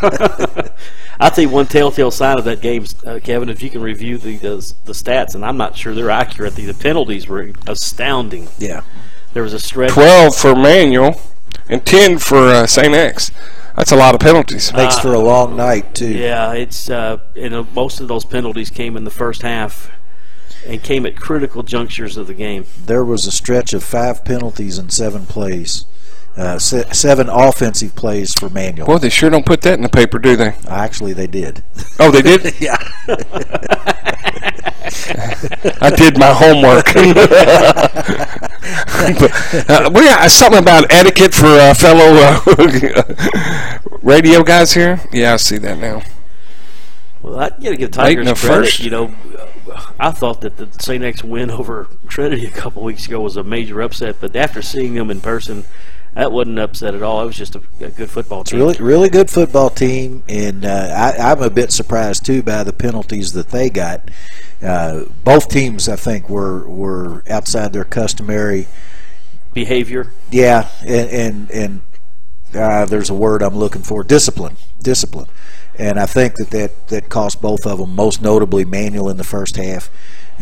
C: I'll tell you one telltale sign of that game, uh, Kevin, if you can review the, the the stats, and I'm not sure they're accurate. The, the penalties were astounding.
D: yeah.
C: There was a stretch.
B: Twelve for Manuel and ten for uh, Saint X. That's a lot of penalties.
D: Makes for a long night too.
C: Yeah, it's uh, and uh, most of those penalties came in the first half, and came at critical junctures of the game.
D: there was a stretch of five penalties and seven plays, uh, se- seven offensive plays for Manuel.
B: Boy, they sure don't put that in the paper, do they?
D: Actually, they did.
B: Oh, they did.
D: yeah,
B: I did my homework. But, uh, we got something about etiquette for uh, fellow uh, radio guys here. Yeah, I see that now.
C: Well, I gotta give
B: Late in
C: Tigers
B: the
C: credit.
B: first.
C: You know, I thought that the St. X win over Trinity a couple weeks ago was a major upset, but after seeing them in person, that wasn't an upset at all. It was just a, a good football team.
D: really, really good football team, and uh, I, I'm a bit surprised too by the penalties that they got. Uh, both teams, I think, were were outside their customary.
C: behavior.
D: Yeah, and and, and uh, there's a word I'm looking for: discipline. Discipline. And I think that that, that cost both of them, most notably Manuel in the first half,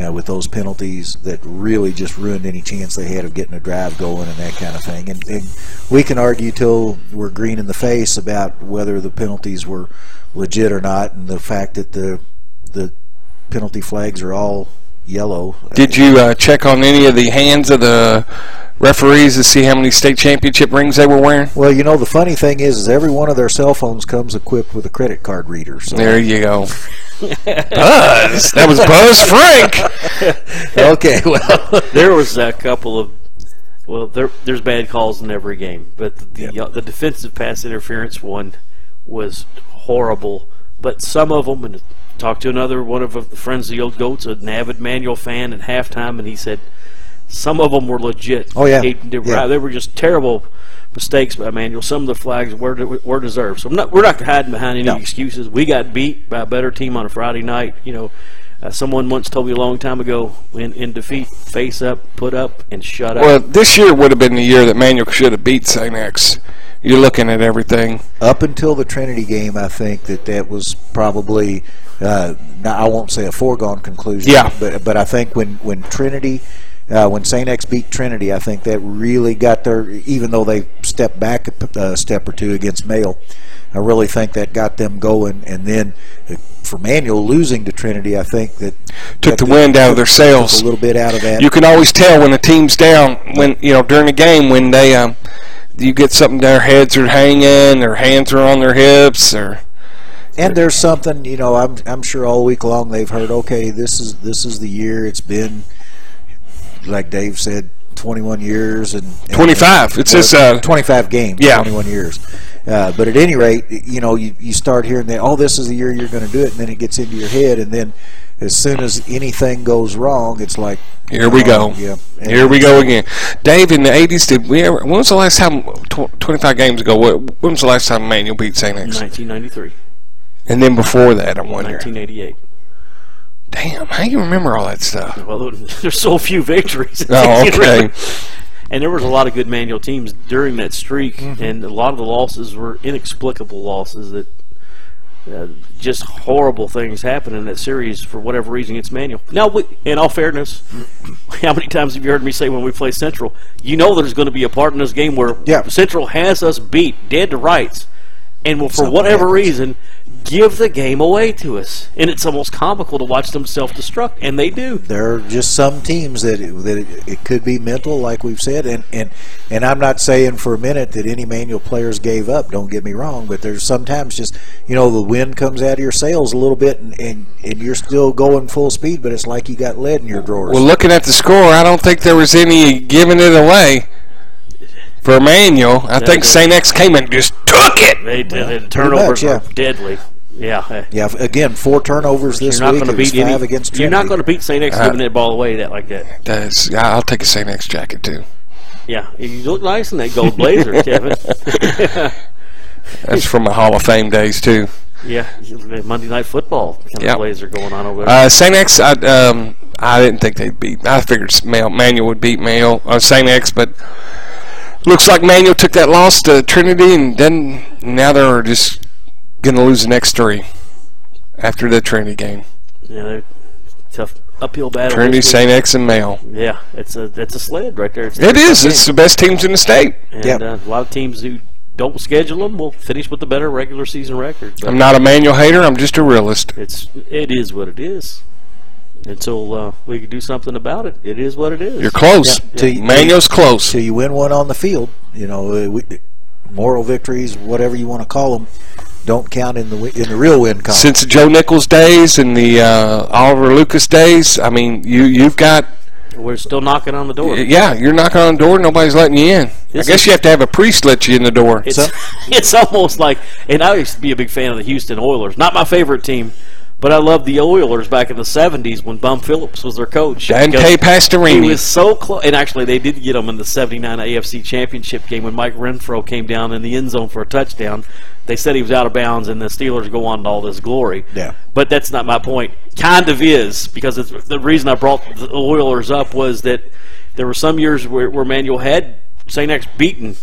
D: uh, with those penalties that really just ruined any chance they had of getting a drive going and that kind of thing. And, and we can argue till we're green in the face about whether the penalties were legit or not, and the fact that the the penalty flags are all yellow.
B: Did you uh, check on any of the hands of the referees to see how many state championship rings they were wearing?
D: Well, you know the funny thing is, is every one of their cell phones comes equipped with a credit card reader. So
B: There you go. Buzz. That was Buzz Frank.
D: okay, well,
C: There was a couple of well, there there's bad calls in every game, but the the defensive pass interference one was horrible. But some of them, and talked to another one of the friends of the old goats, an avid manual fan at halftime, and he said some of them were legit.
D: Oh, yeah.
C: He- they, were,
D: Yeah.
C: they were just terrible mistakes by Manuel. Some of the flags were were deserved. So I'm not, we're not hiding behind any
D: No.
C: excuses. We got beat by a better team on a Friday night. You know, uh, someone once told me a long time ago, in, in defeat, face up, put up, and shut up.
B: Well, this year would have been the year that Manuel should have beat St. X. You're looking at everything.
D: up until the Trinity game, I think that that was probably uh, not, I won't say a foregone conclusion.
B: Yeah.
D: but but I think when when Trinity. Uh, when Saint X beat Trinity, I think that really got their. Even though they stepped back a p- a step or two against Mail, I really think that got them going. And then uh, for Manuel losing to Trinity, I think that
B: Took
D: that
B: the wind out of their
D: took
B: sails.
D: a little bit out of that.
B: you can always tell when a team's down when you know during the game when they um you get something their heads are hanging their hands are on their hips or
D: And there's something, you know, I'm I'm sure all week long they've heard, okay, this is this is the year. It's been like Dave said, 21 years and, and
B: 25 it's just
D: or
B: uh
D: 25 games,
B: Yeah.
D: 21 years. Uh, but at any rate, you know, you, you start hearing that, oh, this is the year you're going to do it, and then it gets into your head, and then as soon as anything goes wrong, it's like,
B: here we
D: oh,
B: go
D: Yeah, And
B: here we go again dave in the 80s did we ever when was the last time tw- 25 games ago wh- when was the last time manuel beat st x
C: 1993,
B: and then before that i wonder
C: 1988.
B: damn how you remember all that stuff
C: Well, there's so few victories.
B: oh okay
C: And there was a lot of good manual teams
D: Mm-hmm.
C: during that streak, and a lot of the losses were inexplicable losses that uh, just horrible things happen in that series for whatever reason against Manual. Now, we, in all fairness, how many times have you heard me say when we play Central, you know there's going to be a part in this game where
D: Yeah.
C: Central has us beat dead to rights, and will, for
D: Something
C: whatever
D: happens.
C: reason, give the game away to us, and it's almost comical to watch them self-destruct, and they do.
D: there are just some teams that it, that it, it could be mental, like we've said, and, and and I'm not saying for a minute that any manual players gave up. Don't get me wrong, but there's sometimes just you know the wind comes out of your sails a little bit, and and, and you're still going full speed, but it's like you got lead in your drawers.
B: Well, looking at the score, I don't think there was any giving it away for Manuel. I think St. X came and just took it.
C: They did. and turnovers
D: much, yeah.
C: are deadly. Yeah. eh.
D: yeah, f- again, four turnovers this
C: You're not
D: week.
C: going to
D: it was
C: beat any.
D: five against
C: you're not
D: Trinity.
C: going to beat Saint X
B: Uh-huh.
C: giving that ball away that like that.
B: That's, I- I'll take a St. X jacket too.
C: Yeah, you look nice in that gold blazer, Kevin.
B: That's from my Hall of Fame days too.
C: yeah, Monday Night Football kind
B: Yep.
C: of blazer going on over there.
B: Uh, St. X, I, um, I didn't think they'd beat. I figured Mail, Manuel would beat Mail or St. X, but looks like Manuel took that loss to Trinity, and then now they're just gonna lose the next three after the Trinity game.
C: yeah, they're tough uphill battle.
B: Trinity,
C: this week.
B: St. X, and Mail.
C: Yeah, it's a that's a sled right there. It's
B: It is. It's the best teams in the state.
C: and
D: Yep.
C: uh, a lot of teams who don't schedule them will finish with the better regular season record. But
B: I'm not a manual hater. I'm just a realist.
C: it's it is what it is. Until uh, we can do something about it, it is what it is.
B: You're close.
D: Yeah. Till you-
B: Manuel's close.
D: till you win one on the field. You know, uh, we, moral victories, whatever you want to call them, don't count in the wi- in the real win column.
B: Since the Joe Nichols days and the uh, Oliver Lucas days, I mean, you you've got
C: We're still knocking on the door.
B: yeah. You're knocking on the door. Nobody's letting you in. I
C: This
B: guess
C: is-
B: you have to have a priest let you in the door.
C: It's
D: So-
C: it's almost like, and I used to be a big fan of the Houston Oilers. Not my favorite team, but I loved the Oilers back in the '70s when Bum Phillips was their coach.
B: Dante
C: Because He
B: Pastorini.
C: was so close, and actually, they did get him in the '79 AFC Championship game when Mike Renfro came down in the end zone for a touchdown. They said he was out of bounds, and the Steelers go on to all this glory.
D: Yeah.
C: but that's not my point. Kind of is because it's, the reason I brought the Oilers up was that there were some years where, where Manuel had St. X beaten.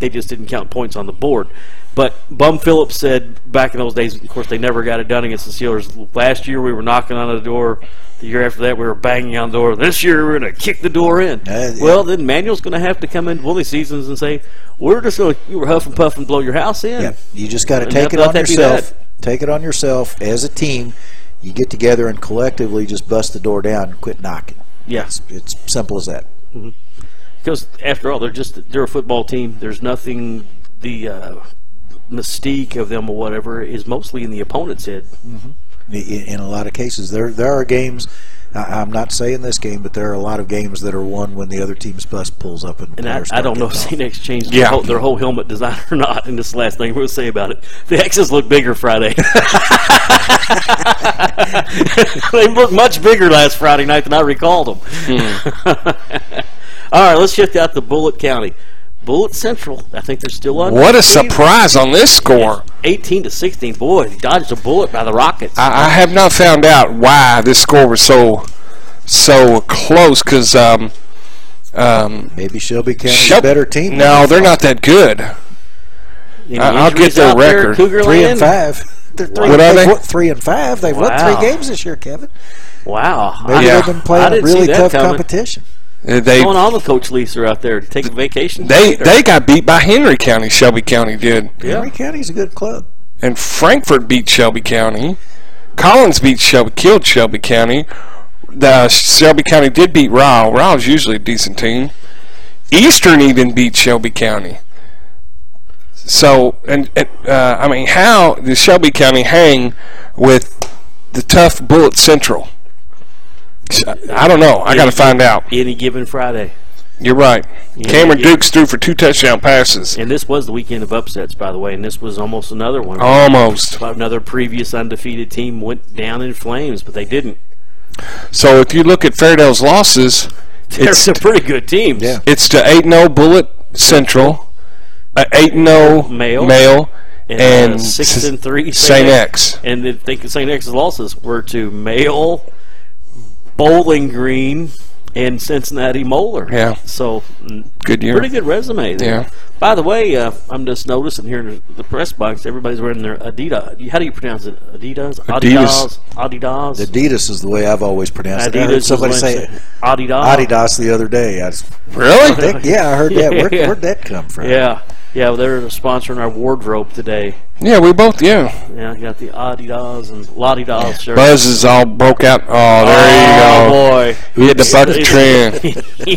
C: They just didn't count points on the board. But Bum Phillips said back in those days, of course, they never got it done against the Steelers. Last year we were knocking on the door. The year after that we were banging on the door. This year we're going to kick the door in.
D: Uh, yeah.
C: well, then Manuel's going to have to come in one of these seasons and say, we're just going to you were huff and puff and blow your house in.
D: Yeah, you just got to
C: And let-
D: take it
C: let
D: on
C: that be
D: yourself. Take it on yourself as a team. You get together and collectively just bust the door down and quit knocking.
C: Yeah.
D: It's, it's simple as that.
C: because after all, they're just they're a football team. There's nothing the uh, mystique of them or whatever is mostly in the opponent's head.
D: I- In, in a lot of cases, there there are games. I, I'm not saying this game, but there are a lot of games that are won when the other team's bus pulls up and. the
C: And I,
D: players
C: I
D: start
C: don't know if
D: getting off.
C: St. changed
B: Yeah.
C: their, whole, their whole helmet design or not. And this last thing we're going to say about it, the X's look bigger Friday. they looked much bigger last Friday night than I recalled them. all right, let's shift out to Bullitt County. Bullitt Central, I think they're still on.
B: What a surprise on this score.
C: 18 to 16. Boy, they dodged a bullet by the Rockets.
B: I, I have not found out why this score was so so close because um, um,
D: Maybe Shelby County's
B: Shep-
D: better team.
B: No, they're not that good.
C: Any
B: I- I'll get
C: injuries
B: their
C: out there,
B: record.
C: Cougar
D: three
C: Land?
D: and five. They're three,
B: What are
D: they've
B: they?
D: won- three and five. They've won
C: Wow.
D: three games this year, Kevin.
C: Wow.
D: Maybe
B: Yeah.
D: they've been
C: I
D: playing a
C: didn't see
D: really
C: that
D: tough
C: coming.
D: competition.
B: Uh, They
C: Going all the coach leaser out there to take a vacation.
B: they they got beat by Henry County. Shelby County did,
D: Henry County's a good club.
B: and Frankfurt beat Shelby County. Collins beat Shelby, killed Shelby County. The uh, Shelby County did beat Ryle. Ryle's usually a decent team. Eastern even beat Shelby County. So, and, and, uh, I mean, how does Shelby County hang with the tough Bullet Central? I I don't know. I got to find out.
C: Any given Friday.
B: You're right. Cameron
C: yeah.
B: Dukes threw for two touchdown passes.
C: And this was the weekend of upsets, by the way, and this was almost another one.
B: Oh. Almost.
C: Another previous undefeated team went down in flames, but they didn't.
B: So if you look at Fairdale's losses,
C: They're
B: it's
C: some pretty good teams.
D: Yeah.
B: it's to 8 0 Bullet Central, uh, 8 0
C: Male.
B: Male,
C: And,
B: and,
C: uh, six
B: s-
C: and three.
B: St. X.
C: And then think St. X's losses were to Mail, Bowling Green, and Cincinnati Moeller.
B: Yeah.
C: So mm,
B: Good year.
C: Pretty good resume. There.
B: Yeah.
C: By the way, uh, I'm just noticing here in the press box, everybody's wearing their Adidas. How do you pronounce it? Adidas.
B: Adidas.
C: Adidas. Adidas.
D: Adidas is the way I've always pronounced it. I heard
C: is
D: somebody
C: what
D: say
C: it's- Adidas.
D: Adidas the other day. I was,
B: Really?
D: think, yeah, I heard that. Where,
C: Yeah.
D: Where'd that come from?
C: Yeah, yeah, well, they're sponsoring our wardrobe today.
B: Yeah, we both. Yeah.
C: Yeah, I got the Adidas and Ladidas shirt.
B: Buzz is all broke out. Oh, there you go.
C: oh boy,
B: He had to buck the trend.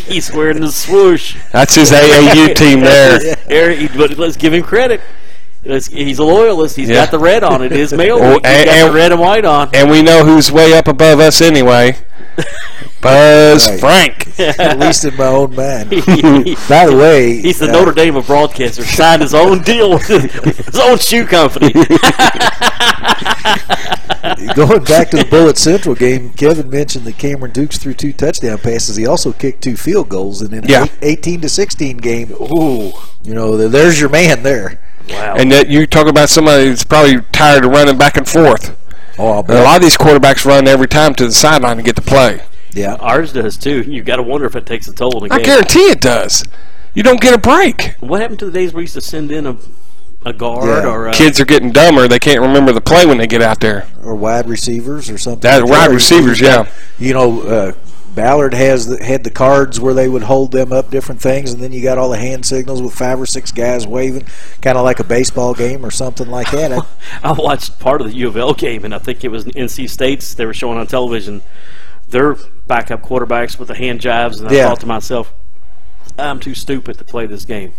C: he's wearing the swoosh.
B: That's his AAU team there.
C: Eric, but let's give him credit. Let's- he's a loyalist. He's
B: Yeah.
C: got the red on it. His
B: Oh,
C: mail. he's
B: and-
C: got
B: and-
C: the red and white on.
B: And we know who's way up above us anyway. Buzz
D: Right.
B: Frank.
D: At least in my own mind.
C: He-
D: By the way,
C: He's the
D: uh,
C: Notre Dame of broadcasters. Signed his own deal with his own shoe company.
D: Going back to the Bullet Central game, Kevin mentioned that Cameron Dukes threw two touchdown passes. He also kicked two field goals, and in an
B: Yeah.
D: eight- eighteen to sixteen game,
C: Ooh,
D: you know, th- there's your man there.
C: wow.
B: And yet you talk about somebody that's probably tired of running back and forth.
D: Oh, I'll
B: And a
D: bet.
B: lot of these quarterbacks run every time to the sideline to get the play.
D: Yeah,
C: Ours does too. You got to wonder if it takes a toll in a
B: I
C: game.
B: guarantee it does. You don't get a break.
C: What happened to the days we used to send in a a guard
D: Yeah.
C: or a,
B: Kids are getting dumber. They can't remember the play when they get out there.
D: or wide receivers or something.
B: That
D: Yeah,
B: wide receivers, yeah.
D: You know, uh, Ballard has the, had the cards where they would hold them up, different things, and then you got all the hand signals with five or six guys waving, kind of like a baseball game or something like that. I-
C: I watched part of the U of L game, and I think it was NC State's. They were showing on television their backup quarterbacks with the hand jives, and I
D: Yeah.
C: thought to myself, I'm too stupid to play this game.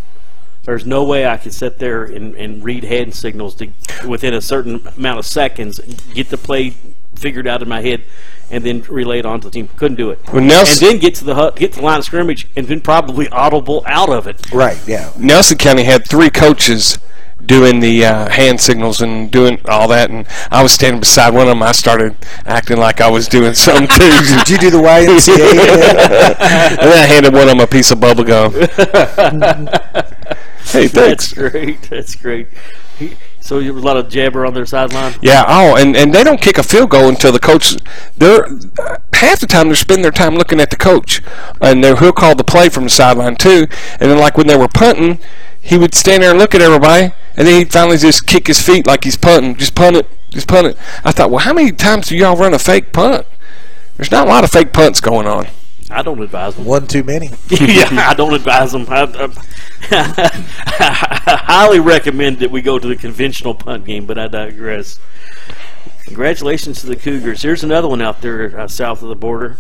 C: There's no way I could sit there and, and read hand signals to within a certain amount of seconds, and get the play figured out in my head, and then relay it onto the team. Couldn't do it.
B: Well, Nelson-
C: and then get to the hu- get to the line of scrimmage, and then probably audible out of it.
D: right? Yeah.
B: Nelson County had three coaches doing the uh, hand signals and doing all that, and I was standing beside one of them. I started acting like I was doing something too.
D: Did you do the YMCA?
B: and then I handed one of them a piece of bubble gum. hey,
C: That's
B: thanks.
C: great. That's great. He- So you have a lot of jabber on their sideline.
B: Yeah. Oh, and, and they don't kick a field goal until the coach. They're half the time they're spending their time looking at the coach, and they're, he'll call the play from the sideline too. And then like when they were punting, he would stand there and look at everybody, and then he'd finally just kick his feet like he's punting. Just punt it. Just punt it. I thought, well, how many times do y'all run a fake punt? There's not a lot of fake punts going on.
C: I don't advise them.
D: One too many.
C: yeah, I don't advise them. I, I, I highly recommend that we go to the conventional punt game, but I digress. Congratulations to the Cougars. Here's another one out there uh, south of the border.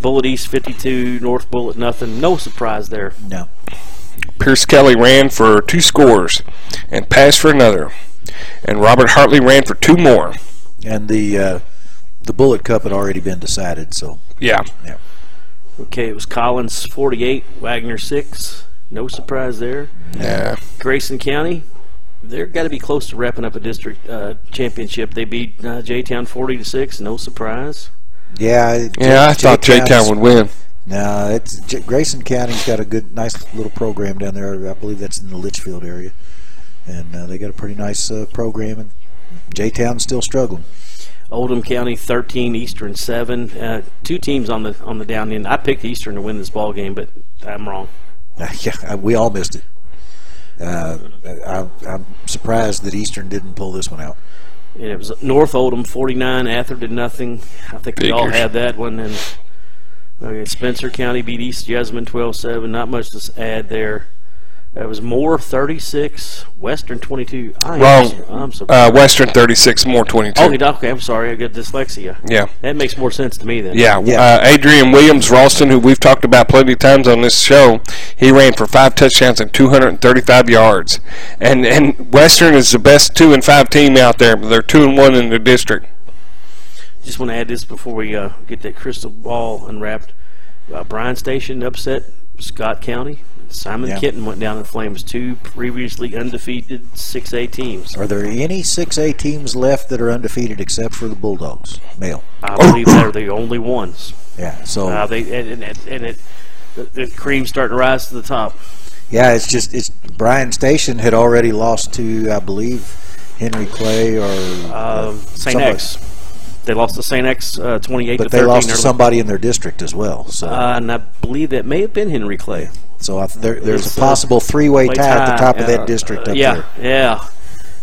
C: Bullet East 52, North Bullet nothing. No surprise there.
D: No.
B: Pierce Kelly ran for two scores and passed for another. And Robert Hartley ran for two more.
D: and the uh, the Bullet Cup had already been decided. So
B: Yeah.
C: Okay, it was Collins 48, Wagner 6. No surprise there.
B: Yeah.
C: Grayson County, they're got to be close to wrapping up a district uh, championship. They beat uh, J Town 40 to 6. No surprise.
D: yeah, I-
B: Yeah, I thought J
D: J-Town's-
B: Town would win.
D: No, it's J- Grayson County's got a good, nice little program down there. I believe that's in the Litchfield area, and uh, they got a pretty nice uh, program. And J Town's still struggling.
C: Oldham County 13, Eastern 7. Uh, two teams on the on the down end. I picked Eastern to win this ball game, but I'm wrong.
D: yeah, we all missed it. Uh, I, I'm surprised that Eastern didn't pull this one out.
C: And it was North Oldham 49, Atherton nothing. I think we all
B: Figures.
C: had that one. And okay, Spencer County beat East Jesmond 12-7. Not much to s- add there. That was Moore 36, Western 22. I am
B: Wrong.
C: sur- I'm surprised.
B: Uh, Western 36, more 22.
C: Oh, he died. Okay, I'm sorry. I got dyslexia.
B: Yeah.
C: That makes more sense to me then.
B: Yeah.
D: Yeah.
B: Uh, Adrian Williams Ralston, who we've talked about plenty of times on this show, he ran for five touchdowns and 235 yards. And and Western is the best two and five team out there, but they're two and one in the district.
C: Just want to add this before we uh, get that crystal ball unwrapped. Uh, Bryan Station upset Scott County. Simon
D: Yeah.
C: Kitten went down in flames. Two previously undefeated 6A teams.
D: Are there any 6A teams left that are undefeated except for the Bulldogs? Male.
C: I believe they're the only ones.
D: Yeah. So
C: Uh, they and, and, it- and it the, the cream's starting to rise to the top.
D: Yeah, it's just it's Brian Station had already lost to I believe Henry Clay or
C: Um, St.
D: somebody.
C: X. They lost to Saint X uh, 28
D: But
C: to
D: they
C: 13.
D: lost to
C: early.
D: somebody in their district as well. So,
C: Uh, and I believe that may have been Henry Clay.
D: so I, there, there's
C: it's,
D: a
C: uh,
D: possible three-way tie,
C: Play
D: at the
C: tie,
D: top of
C: uh,
D: that district
C: uh,
D: up
C: yeah,
D: there.
C: Yeah,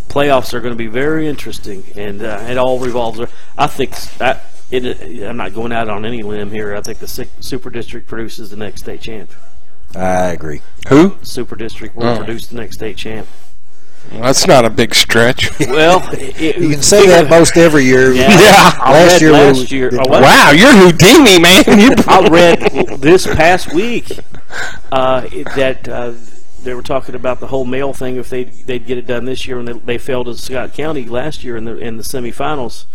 C: Playoffs are going to be very interesting, and uh, it all revolves. ar- I think s- I, it, I'm not going out on any limb here. I think the si- super district produces the next state champ.
D: I agree.
B: Who?
C: Super district will
B: Oh.
C: produce the next state champ.
B: That's not a big stretch.
C: Well, it, it-
D: You can say that most every year.
C: Yeah. I
D: Last
C: read
D: year, we-
C: last year. or what?
B: Wow, you're Houdini, man. You
C: I read this past week uh, that uh, they were talking about the whole mail thing. If they they'd get it done this year, and they, they failed in Scott County last year in the in the semifinals.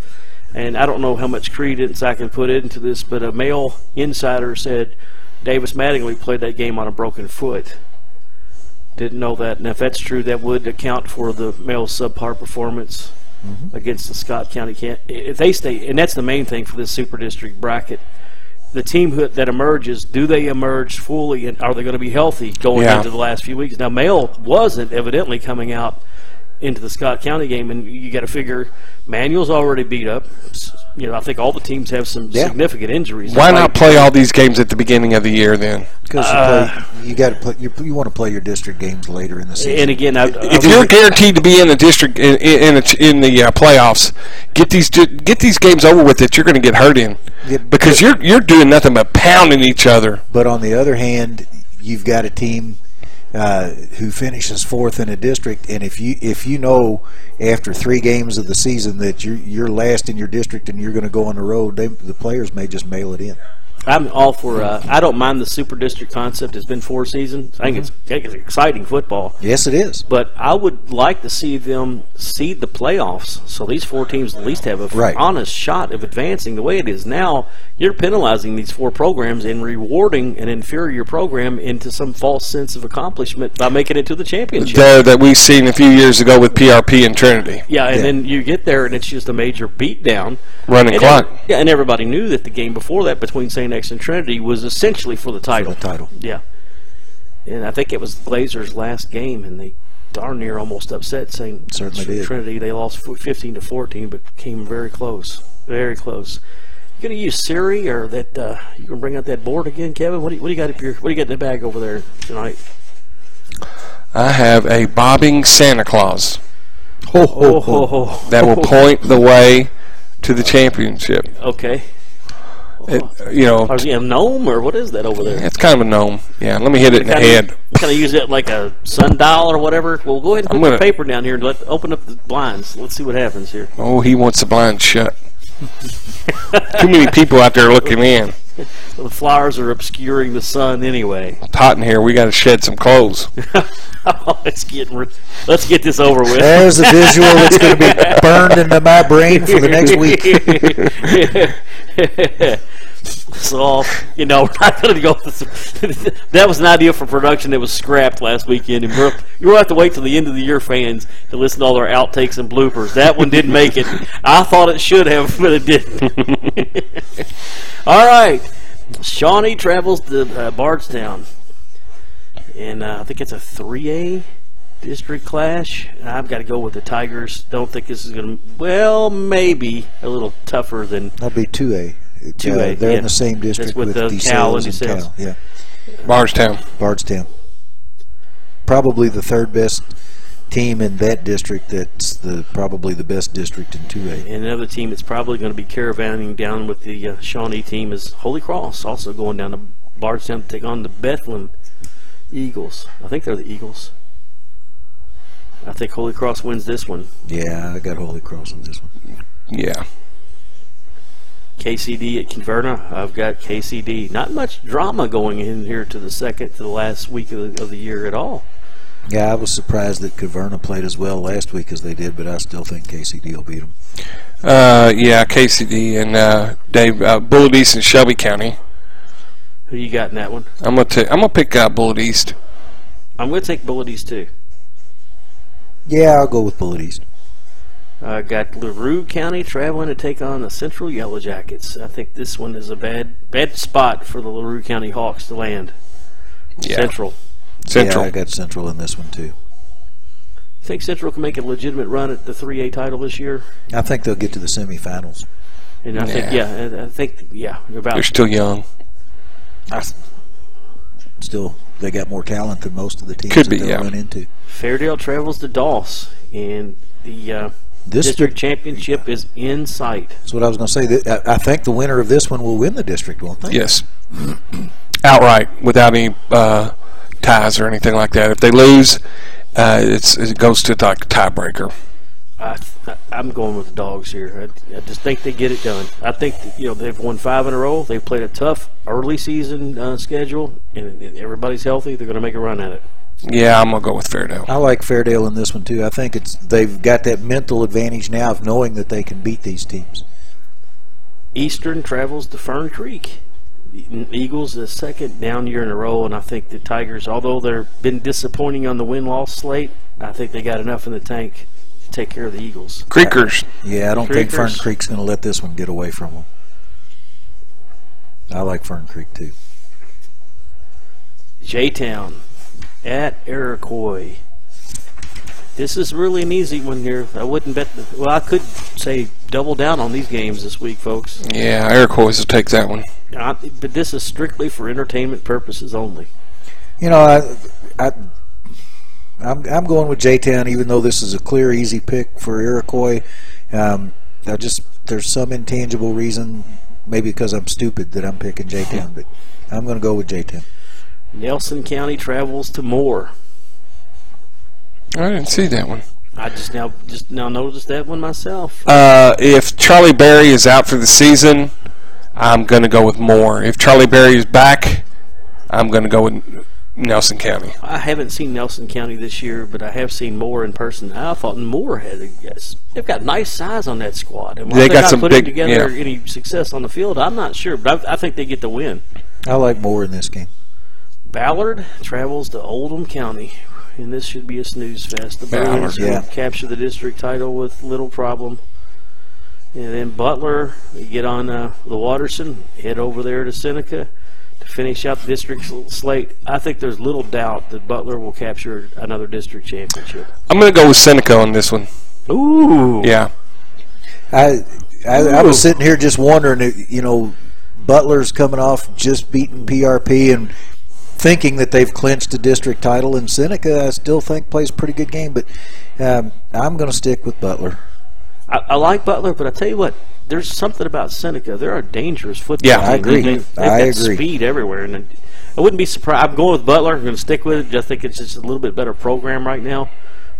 C: And I don't know how much credence I can put into this, but a mail insider said Davis Mattingly played that game on a broken foot. Didn't know that, and if that's true, that would account for the male subpar performance
B: Mm-hmm.
C: against the Scott County. Can- if they stay, and that's the main thing for this super district bracket the team who, that emerges, do they emerge fully, and are they going to be healthy going
B: Yeah.
C: into the last few weeks? Now, Mail wasn't evidently coming out into the Scott County game, and you got to figure Manuel's already beat up. S- You know, I think all the teams have some
D: Yeah.
C: significant injuries.
B: Why not play all these games at the beginning of the year then?
D: Because
C: Uh,
D: you, play, you got to play. You, you want to play your district games later in the season.
C: And again, I, I
B: If you're guaranteed to be in the district in in, in, the- in the uh, playoffs, get these di- get these games over with that you're going to get hurt in
D: Yeah,
B: because you're you're doing nothing but pounding each other.
D: But on the other hand, you've got a team uh, who finishes fourth in a district, and if you if you know after three games of the season that you're you're last in your district and you're going to go on the road, they, the players may just mail it in.
C: I'm all for. Uh, I don't mind the super district concept. It's been four seasons. I think it's, I think it's exciting football.
D: Yes, it is.
C: But I would like to see them seed the playoffs, so these four teams at least have a
D: Right.
C: honest shot of advancing. The way it is now, you're penalizing these four programs and rewarding an inferior program into some false sense of accomplishment by making it to the championship.
B: There that we seen a few years ago with PRP and Trinity.
C: yeah, and
D: Yeah.
C: then you get there and it's just a major beatdown.
B: Run and clock.
C: ev- yeah, and everybody knew that the game before that between St. X and Trinity was essentially for the title.
D: The title.
C: Yeah. And I think it was Glazer's last game, and they darn near almost upset St.
D: Certainly did.
C: Trinity. They lost fo- 15 to 14, but came very close. Very close. You gonna use Siri or that? Uh, you gonna bring out that board again, Kevin? What do you, what do you got up your? What do you got in the bag over there tonight?
B: I have a bobbing Santa Claus
D: Ho, ho,
C: Oh, ho, ho.
B: that will point the way to the championship.
C: Okay.
B: It- you know,
C: Or is he a gnome or what is that over there?
B: it's kind of a gnome. Yeah, let me hit it in the
C: Kinda-
B: head.
C: Kinda use it like a sundial or whatever? Well, go ahead and
B: I'm
C: put the
B: gonna-
C: paper down here and let open up the blinds. Let's see what happens here.
B: Oh, he wants the blind shut. Too many people out there looking in.
C: The flowers are obscuring the sun anyway.
B: It's hot in here. We got to shed some clothes.
C: let's get Oh, re- let's get this over with.
D: There's a visual that's going to be burned into my brain for the next week.
C: so you know we're not going to go. that was an idea for production that was scrapped last weekend, and we're, you will have to wait till the end of the year, fans, to listen to all our outtakes and bloopers. That one didn't make it. I thought it should have, but it didn't. all right, Shawnee travels to uh, Bardstown, and uh, I think it's a three A district clash. And I've got to go with the Tigers. Don't think this is going to. Well, maybe a little tougher than
D: That'll be two A. Uh,
C: 2A,
D: they're
C: yeah.
D: in the same
C: That's
D: district
C: with
D: with,
C: the
D: the
C: Cal and
D: DeSales and
C: DeSales.
D: Cal. Yeah.
B: Bardstown.
D: Bardstown. Probably the third best team in that district. That's the probably the best district in two A.
C: And another team that's probably going to be caravanning down with the uh, Shawnee team is Holy Cross, also going down to Bardstown to take on the Bethlehem Eagles. I think they're the Eagles. I think Holy Cross wins this one.
D: Yeah, I got Holy Cross on this one.
B: Yeah.
C: KCD at Converna. I've got KCD. Not much drama going in here to the second to the last week of the, of the year at all.
D: Yeah, I was surprised that Caverna played as well last week as they did, but I still think KCD will beat them.
B: Uh, yeah, KCD and uh, Dave uh, Bullitt East and Shelby County.
C: Who you got in that one?
B: I'm gonna i I'm gonna pick uh, Bullitt East.
C: I'm going to take Bullet East too.
D: Yeah, I'll go with Bullet East.
C: Uh, got LaRue County traveling to take on the Central Yellow Jackets. I think this one is a bad bad spot for the LaRue County Hawks to land.
B: Yeah.
C: Central.
B: Central.
D: Yeah, I got Central in this one too.
C: You think Central can make a legitimate run at the 3A title this year?
D: I think they'll get to the semifinals.
C: And I think, yeah, I- I think, yeah, you're
B: They're
C: about
B: still young.
D: Still, they got more talent than most of the teams
B: Could
D: that
B: be,
D: they'll
B: yeah.
D: run into.
C: Fairdale travels to Doss, and the uh,
D: District-
C: district championship is in sight.
D: That's what I was going to say. That- I I think the winner of this one will win the district, won't they?
B: Yes. Outright, without any uh, ties or anything like that. If they lose, uh, it's, it goes to like tiebreaker.
C: I, I, I'm going with the dogs here. I, I just think they get it done. I think that, you know they've won five in a row. They've played a tough early season uh, schedule, and, and everybody's healthy. They're going to make a run at it.
B: Yeah, I'm gonna go with Fairdale.
D: I like Fairdale in this one too. I think it's they've got that mental advantage now of knowing that they can beat these teams.
C: Eastern travels to Fern Creek. The Eagles the second down year in a row, and I think the Tigers, although they've been disappointing on the win loss slate, I think they got enough in the tank to take care of the Eagles.
B: Creekers.
D: Yeah, I don't think Fern
C: Creekers.
D: Creek's going to let this one get away from them. I like Fern Creek too.
C: J Town at Iroquois. This is really an easy one here. I wouldn't bet. The, well, I could say double down on these games this week, folks.
B: Yeah, Iroquois will take that one.
C: I, but this is strictly for entertainment purposes only.
D: You know, I, I, I'm I'm going with J Town, even though this is a clear, easy pick for Iroquois. Um, I just there's some intangible reason, maybe because I'm stupid that I'm picking J Town, but I'm going to go with J Town.
C: Nelson County travels to Moore.
B: I didn't see that one.
C: I just now just now noticed that one myself.
B: Uh, if Charlie Berry is out for the season, I'm gonna go with Moore. If Charlie Berry is back, I'm gonna go with Nelson County.
C: I haven't seen Nelson County this year, but I have seen Moore in person. I thought Moore had a yes. They've got nice size on that squad, and while
B: They
C: they're
B: got
C: not
B: some
C: putting
B: big-
C: together
B: yeah.
C: any success on the field. I'm not sure, but I, I think they get the win.
D: I like more in this game.
C: Ballard travels to Oldham County, and this should be a snooze fest. The
B: Ballard,
C: Bruins will
D: yeah.
C: capture the district title with little problem. And then Butler, they get on uh, the Waterson, head over there to Seneca to finish out the district sl- slate. I think there's little doubt that Butler will capture another district championship.
B: I'm gonna go with Seneca on this one.
C: Ooh.
B: Yeah,
D: I, I, I was sitting here just wondering, you know, Butler's coming off just beating PRP and thinking that they've clinched the district title, and Seneca I still think plays a pretty good game, but um, I'm going to stick with Butler.
C: I, I like Butler, but I tell you what, there's something about Seneca. They're a dangerous football
B: Yeah,
C: team.
B: I
D: agree.
C: They, have
D: I
C: got
D: agree.
C: speed everywhere, and I wouldn't be surprised. I'm going with Butler. I'm going to stick with it. I think it's just a little bit better program right now.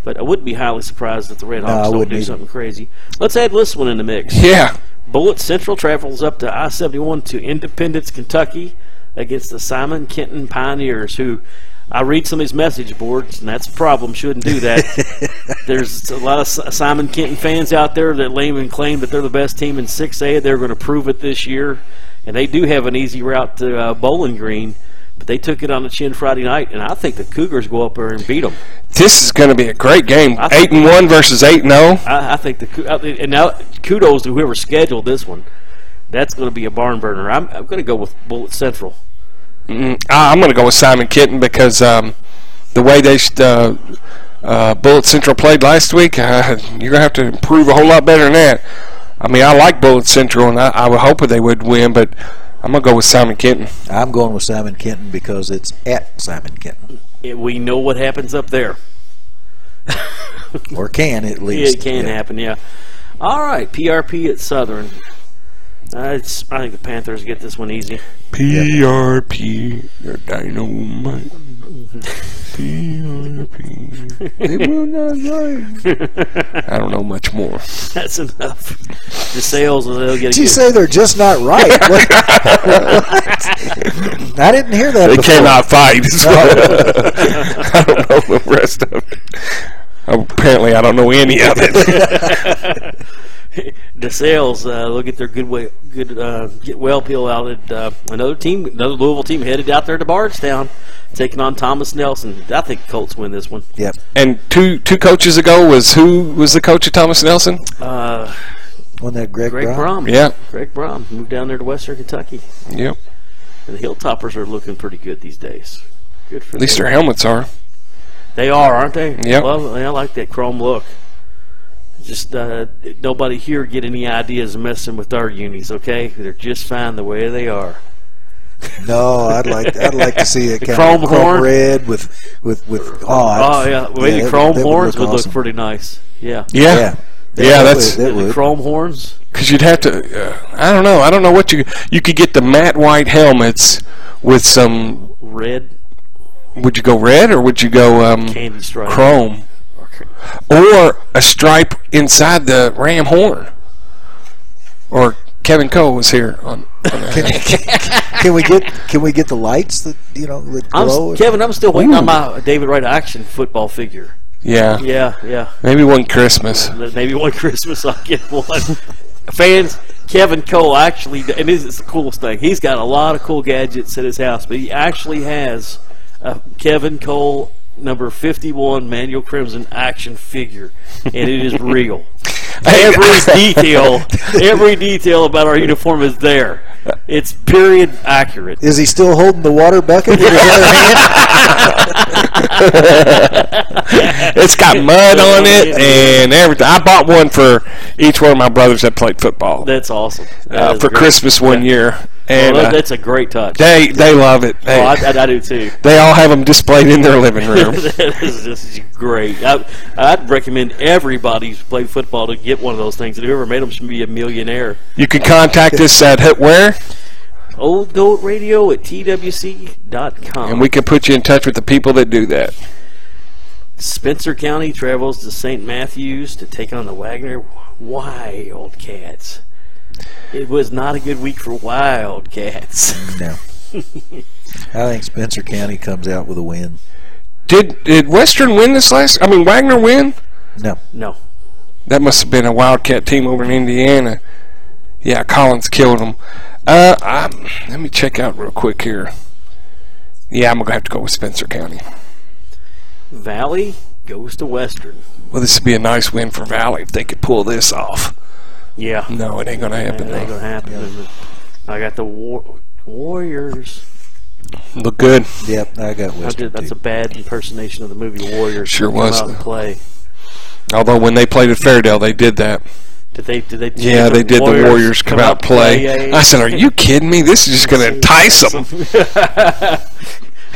C: But I wouldn't be highly surprised if the Red
D: I
C: Hawks don't
D: wouldn't
C: do
D: either.
C: something crazy. Let's add this one in the mix.
B: yeah.
C: Bullet Central travels up to I 71 to Independence, Kentucky against the Simon Kenton Pioneers, who I read some of these message boards, and that's a problem. Shouldn't do that. There's a lot of Si- Simon Kenton fans out there that claim and claim that they're the best team in 6A. They're going to prove it this year, and they do have an easy route to uh, Bowling Green. But they took it on the chin Friday night, and I think the Cougars go up there and beat them.
B: This is gonna be a great game.
C: I think-
B: Eight and one versus eight and oh. zero.
C: I, I think the Cou- I think- and now kudos to whoever scheduled this one. That's going to be a barn burner. I'm, I'm going to go with Bullet Central.
B: Mm, I- I'm going to go with Simon Kitten because um, the way they sh- uh, uh, Bullet Central played last week, uh, you're going to have to improve a whole lot better than that. I mean, I like Bullet Central, and I, I would hope that they would win, but I'm going to go with Simon Kitten.
D: I'm going with Simon Kenton because it's at Simon Kenton,
C: Yeah, we know what happens up there.
D: or can at least.
C: It can
D: Yeah.
C: happen. Yeah. All right, PRP at Southern. Uh, it's, I think the Panthers get this one easy.
B: PRP, your dynamite. PRP. They will not lie. I don't know much more.
C: That's enough. The sales uh, they'll get. a
D: Did you
C: good-
D: say they're just not right? What- what? I didn't hear that.
B: They
D: before.
B: cannot fight. is what- I don't know the rest of it. Apparently, I don't know any of it.
C: DeSales, uh, they'll get their good way, good uh, get well peel out at uh, another team, another Louisville team headed out there to Bardstown, taking on Thomas Nelson. I think Colts win this one.
D: Yep.
B: And two two coaches ago was who was the coach of Thomas Nelson?
C: Uh,
D: Wasn't that Greg,
C: Greg
D: Brown?
C: Brom,
B: Yeah,
C: Greg Brom moved down there to Western Kentucky,
B: yep.
C: and the Hilltoppers are looking pretty good these days. Good for
B: At least
C: them.
B: their helmets are.
C: They are, aren't they?
B: Yep.
C: Well, I like that chrome look. Just uh, nobody here get any ideas messing with our unis, okay? They're just fine the way they are.
D: No, I'd like I'd like to see it
C: The
D: kind
C: chrome
D: of chrome
C: horn?
D: red with with with oh,
C: Oh yeah, maybe
D: that-
C: chrome
D: that
C: horns would look
D: awesome.
C: pretty nice. Yeah,
B: Yeah.
D: Yeah,
B: Yeah,
D: that
B: that's-
D: would, that
C: the
D: would.
C: chrome horns.
B: Because you'd have to. Uh, I don't know. I don't know what you you could get the matte white helmets with some.
C: red
B: Would you go red or would you go um,
C: candy stripe.
B: chrome
C: Okay.
B: or a stripe inside the ram horn? Or Kevin Cole was here on.
D: Can we get can we get the lights that you know that
C: I'm,
D: glow?
C: s- Kevin, I'm still waiting on
B: Ooh.
C: my David Wright action football figure.
B: Yeah,
C: Yeah, yeah.
B: maybe one Christmas.
C: But Maybe one Christmas I'll get one. Fans, Kevin Cole actually, and this is the coolest thing. He's got a lot of cool gadgets at his house, but he actually has a Kevin Cole number 51 Manual Crimson action figure, and it is real. every detail, every detail about our uniform is there. It's period accurate.
D: Is he still holding the water bucket with his other hand?
B: It's got mud on it and everything. I bought one for each one of my brothers that played football
C: That's awesome. That
B: uh,
C: is
B: for
C: great.
B: Christmas one year,
C: Well,
B: and
C: that-
B: uh,
C: that's a great touch.
B: they they love it. They,
C: Oh, I, I, I do too.
B: they all have them displayed in their living room.
C: that is just great. I, I'd recommend everybody who's played football to get one of those things. And whoever made them should be a millionaire.
B: You can contact us at Where,
C: Old Goat Radio at twc.com.
B: and we can put you in touch with the people that do that.
C: Spencer County travels to St. Matthews to take on the Wagner Wildcats. It was not a good week for Wildcats.
D: No. I think Spencer County comes out with a win.
B: Did did Western win this last? I mean, Wagner win?
D: No,
C: no.
B: That must have been a Wildcat team over in Indiana. Yeah, Collins killed them. Uh, I, let me check out real quick here. Yeah, I'm gonna have to go with Spencer County.
C: Valley goes to Western.
B: Well, this would be a nice win for Valley if they could pull this off.
C: Yeah.
B: No, it ain't gonna happen.
C: That ain't
B: though.
C: gonna happen. I got the war- Warriors.
B: Look good.
D: yep, I got
C: I
D: Western.
C: did, that's
D: too.
C: a bad impersonation of the movie Warriors.
B: Sure
C: Come
B: was.
C: Out and play.
B: Although when they played at Fairdale, they did that.
C: Did they? Did they?
B: Yeah, they did the Warriors come out play.
C: yeah,
B: I said, "Are you kidding me? This is just going to entice them."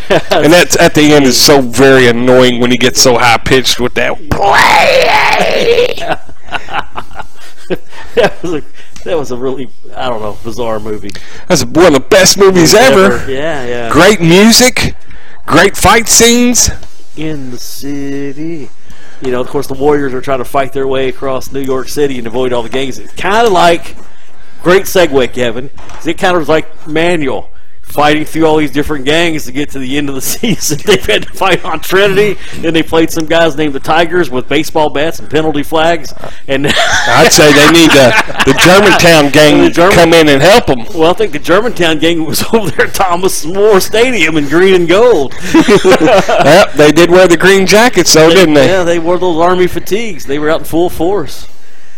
B: and that's at the end is so very annoying when he gets so high pitched with that play.
C: that was a that was a really I don't know bizarre movie.
B: That's one of the best movies ever.
C: Yeah, yeah.
B: Great music, great fight scenes.
C: In the city. You know, of course, the Warriors are trying to fight their way across New York City and avoid all the gangs. It's kind of like great segue, Kevin. 'cause It kind of was like Manual fighting through all these different gangs to get to the end of the season. They've had to fight on Trinity, and they played some guys named the Tigers with baseball bats and penalty flags. And
B: I'd say they need the, the Germantown gang
C: The
B: to
C: German-
B: come in and help them.
C: Well, I think the Germantown gang was over there at Thomas More Stadium in green and gold.
B: Yep, they did wear the green jackets, though, didn't they?
C: Yeah, they wore those army fatigues. They were out in full force.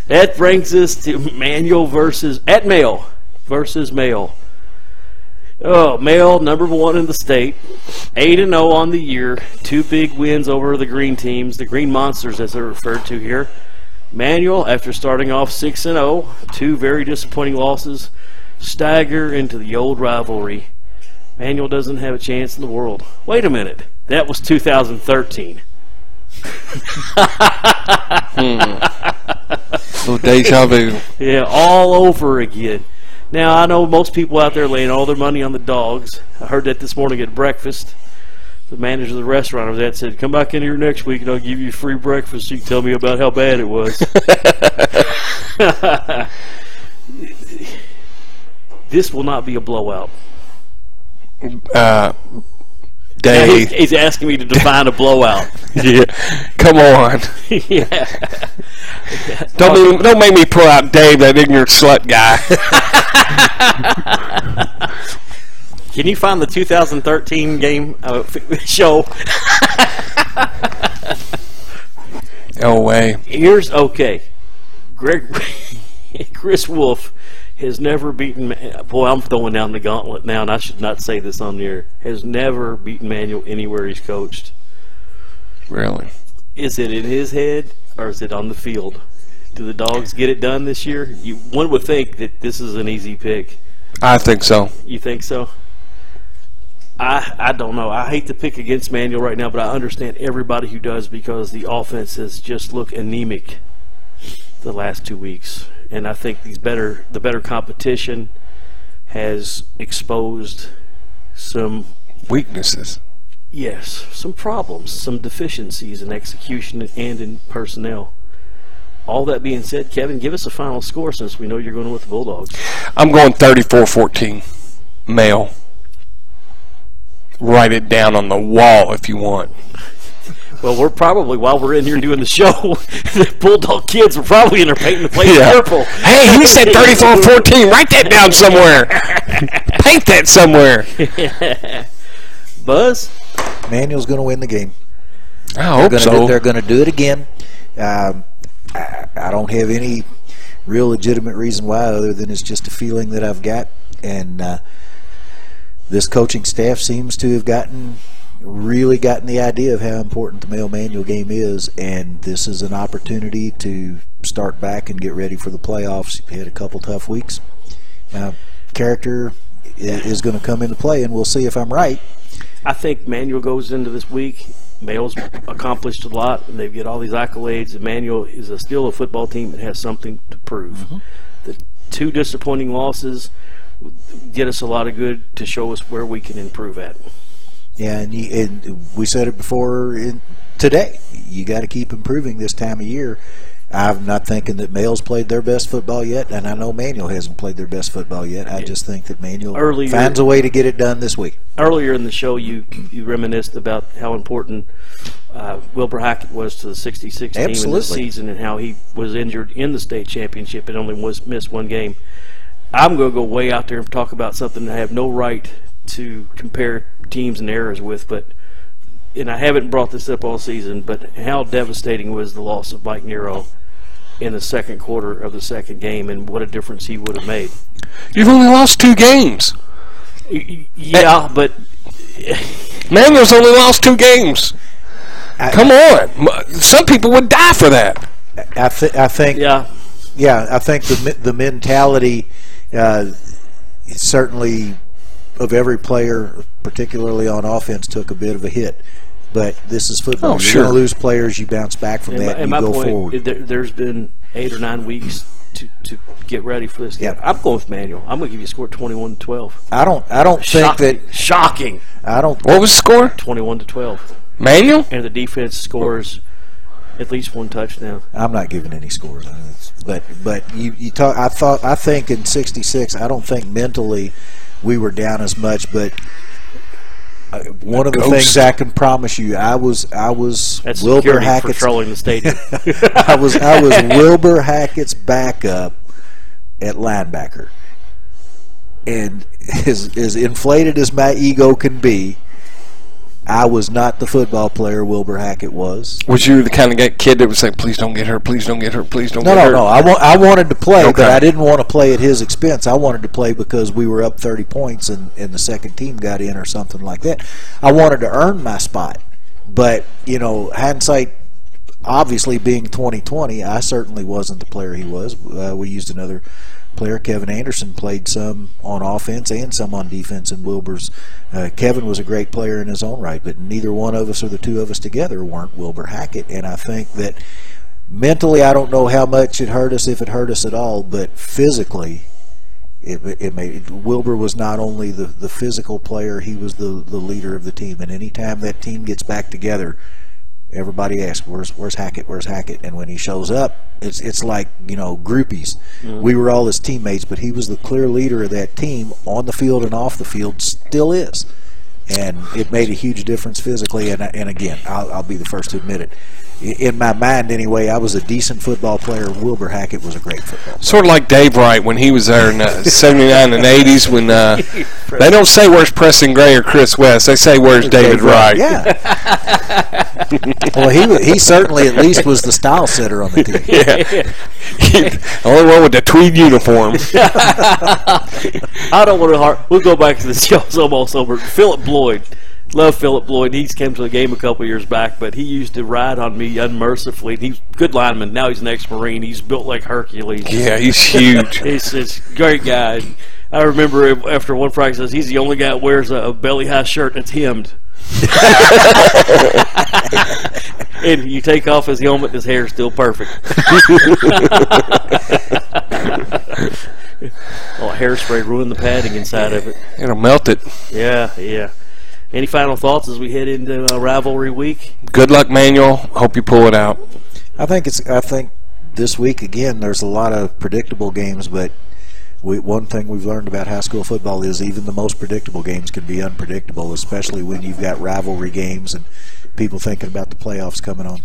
C: That brings us to Manuel versus at Mail versus Mail. Oh, Mail number one in the state, eight and zero on the year. Two big wins over the Green teams, the Green Monsters, as they're referred to here. Manuel, after starting off six and zero, two very disappointing losses, stagger into the old rivalry. Manuel doesn't have a chance in the world. Wait a minute, that was 2013.
B: Little deja vu.
C: Yeah, all over again. Now I know most people out there laying all their money on the dogs. I heard that this morning at breakfast. The manager of the restaurant over that said, "Come back in here next week, and I'll give you free breakfast. You can tell me about how bad it was." this will not be a blowout.
B: Uh,
C: Now,
B: Dave.
C: he's, he's asking me to define a blowout.
B: Yeah, come on.
C: yeah.
B: Don't make, don't make me pull out Dave, that ignorant slut guy.
C: Can you find the 2013 game uh, show?
B: no way.
C: Here's okay. Greg Chris Wolf has never beaten. Ma- Boy, I'm throwing down the gauntlet now, and I should not say this on the air. Has never beaten Manuel anywhere he's coached.
B: Really?
C: Is it in his head or is it on the field? Do the dogs get it done this year? You, one would think that this is an easy pick.
B: I think so.
C: You think so? I I don't know. I hate to pick against Manuel right now, but I understand everybody who does because the offense has just looked anemic the last two weeks, and I think these better the better competition has exposed some
B: Weaknesses.
C: Yes, some problems, some deficiencies in execution and in personnel. All that being said, Kevin, give us a final score since we know you're going with the Bulldogs.
B: I'm going 34-14. Male. Write it down on the wall if you want.
C: Well, we're probably while we're in here doing the show, the Bulldog kids were probably in there painting the place
B: Yeah.
C: purple.
B: Hey, he said 34-14. Write that down somewhere. Paint that somewhere.
C: Buzz,
D: Manuel's going to win the game.
B: I hope
D: Gonna do,
B: so.
D: they're going to do it again. Um, I, I don't have any real legitimate reason why, other than it's just a feeling that I've got, and uh, this coaching staff seems to have gotten really gotten the idea of how important the male manual game is, and this is an opportunity to start back and get ready for the playoffs. You had a couple tough weeks. Uh, character i- is going to come into play, and we'll see if I'm right.
C: I think Manuel goes into this week. Mayo's accomplished a lot, and they get all these accolades. And Manuel is a, still a football team that has something to prove.
B: Mm-hmm.
C: The two disappointing losses did us a lot of good to show us where we can improve at.
D: Yeah, and, you, and we said it before in, today. You got to keep improving this time of year. I'm not thinking that Males played their best football yet, and I know Manuel hasn't played their best football yet. I just think that Manuel
C: Earlier-
D: finds a way to get it done this week.
C: Earlier in the show, you you reminisced about how important uh, Wilbur Hackett was to the '66 team in the
D: Absolutely.
C: season, and how he was injured in the state championship and only was missed one game. I'm going to go way out there and talk about something I have no right to compare teams and errors with, but and I haven't brought this up all season, but how devastating was the loss of Mike Nero in the second quarter of the second game, and what a difference he would have made.
B: You've only lost two games.
C: Y- y- Yeah, but
B: Manuel's only lost two games. Come on. M- Some people would die for that.
D: I, th- I think
C: yeah.
D: yeah, I think the me- the mentality uh, certainly of every player, particularly on offense, took a bit of a hit. But this is football.
B: Oh,
D: You're
B: sure.
D: going to lose players. You bounce back from
C: And my,
D: that.
C: and
D: And
C: my
D: you go
C: point,
D: forward.
C: There, there's been eight or nine weeks to, to get ready for this.
D: Yeah.
C: I'm going with Manuel. I'm going to give you a score 21 to 12.
D: I don't. I don't think
C: Shocking.
D: that.
C: Shocking.
D: I don't.
B: What was the score?
C: 21 to 12.
B: Manuel?
C: And the defense scores at least one touchdown.
D: I'm not giving any scores on it, but but you, you talk. I thought I think in '66, I don't think mentally we were down as much, but uh, one of the
B: Ghost.
D: things I can promise you, I was I was
C: That's
D: Wilbur
C: security
D: Hackett's
C: patrolling the stadium.
D: I was I was Wilbur Hackett's backup at linebacker, and as as inflated as my ego can be. I was not the football player Wilbur Hackett was.
B: Was you the kind of guy- kid that would say, please don't get hurt, please don't get hurt, please don't
D: No,
B: get hurt?
D: no, no. I, wa- I wanted to play,
B: Okay.
D: but I didn't want to play at his expense. I wanted to play because we were up 30 points and, and the second team got in or something like that. I wanted to earn my spot. But, you know, hindsight obviously being 2020, I certainly wasn't the player he was. Uh, we used another player. Kevin Anderson played some on offense and some on defense in Wilbur's. Uh, Kevin was a great player in his own right, but neither one of us or the two of us together weren't Wilbur Hackett. And I think that mentally, I don't know how much it hurt us, if it hurt us at all, but physically, it, it made Wilbur was not only the, the physical player, he was the, the leader of the team. And anytime that team gets back together, everybody asks, "Where's Where's Hackett? Where's Hackett?" And when he shows up, it's it's like you know groupies. We were all his teammates, but he was the clear leader of that team on the field and off the field. Still is. And it made a huge difference physically, and I- and again, I'll, I'll be the first to admit it. I- In my mind, anyway, I was a decent football player. Wilbur Hackett was a great football. player.
B: Sort of like Dave Wright when he was there in uh, 79 and 80s when uh, they don't say where's Preston Gray or Chris West. They say where's David Wright.
D: Yeah. well, he wa- he certainly at least was the style setter on the team.
B: the only one with the tweed uniform.
C: I don't want to. Har- we'll go back to the show. It's almost over. Philip Bloyd Love Philip Floyd. He's came to the game a couple years back, but he used to ride on me unmercifully. And he's a good lineman. Now he's an ex-marine. He's built like Hercules.
B: Yeah, he's huge.
C: He's this great guy. I remember him after one practice, he's the only guy that wears a, a belly high shirt that's hemmed. and you take off his helmet, his hair's still perfect. oh, hairspray ruined the padding inside of it.
B: It'll melt it.
C: Yeah, yeah. Any final thoughts as we head into uh, rivalry week?
B: Good luck, Manuel. Hope you pull it out.
D: I think it's. I think this week again, there's a lot of predictable games, but we, one thing we've learned about high school football is even the most predictable games can be unpredictable, especially when you've got rivalry games and people thinking about the playoffs coming on.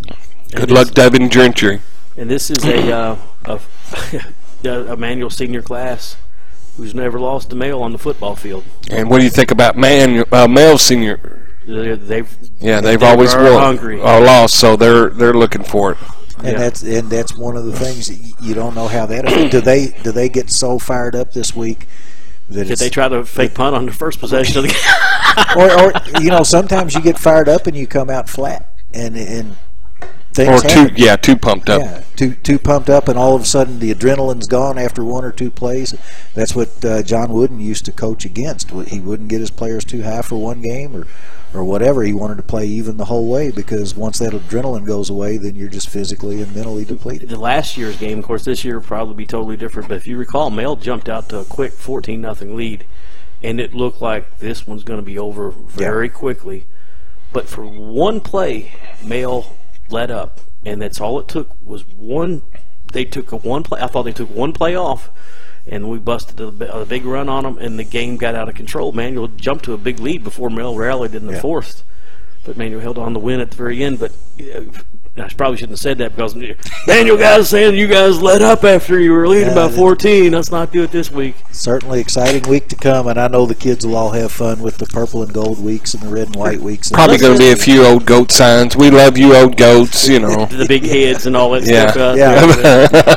B: Good luck, Devin Gentry.
C: And this is a uh, a, a manual senior class who's never lost a male on the football field.
B: And what do you think about Man uh, Mel Senior?
C: They- They've
B: Yeah, they've
C: They
B: always
C: were
B: won,
C: hungry.
B: or lost, so they're they're looking for it.
D: And
C: Yeah.
D: that's and that's one of the things that y- you don't know how that do they do they get so fired up this week that
C: Did
D: it's,
C: they try to fake punt on the first possession of the game?
D: or, or you know sometimes you get fired up and you come out flat and and
B: Or
D: things
B: two,
D: happen.
B: yeah, two pumped up.
D: yeah too too pumped up and all of a sudden the adrenaline's gone after one or two plays that's what uh, John Wooden used to coach against he wouldn't get his players too high for one game or or whatever he wanted to play even the whole way because once that adrenaline goes away then you're just physically and mentally depleted
C: The last year's game, of course, this year will probably be totally different. But if you recall, Mel jumped out to a quick 14 nothing lead, and it looked like this one's going to be over very quickly. But for one play, Mel let up, and that's all it took was one. They took a one play. I thought they took one play off, and we busted a, bi- a big run on them, and the game got out of control. Manuel jumped to a big lead before Mel rallied in the fourth. But Manuel held on the win at the very end. But uh, I probably shouldn't have said that because Manuel guys saying you guys let up after you were leading by
D: Yeah, they-
C: 14. Let's not do it this week.
D: certainly exciting week to come, and I know the kids will all have fun with the purple and gold weeks and the red and white weeks. And
B: Probably going to be a few old goat signs. We love you, old goats. You know.
C: The big heads and all that
B: Yeah.
C: stuff. out
D: Yeah.
C: there.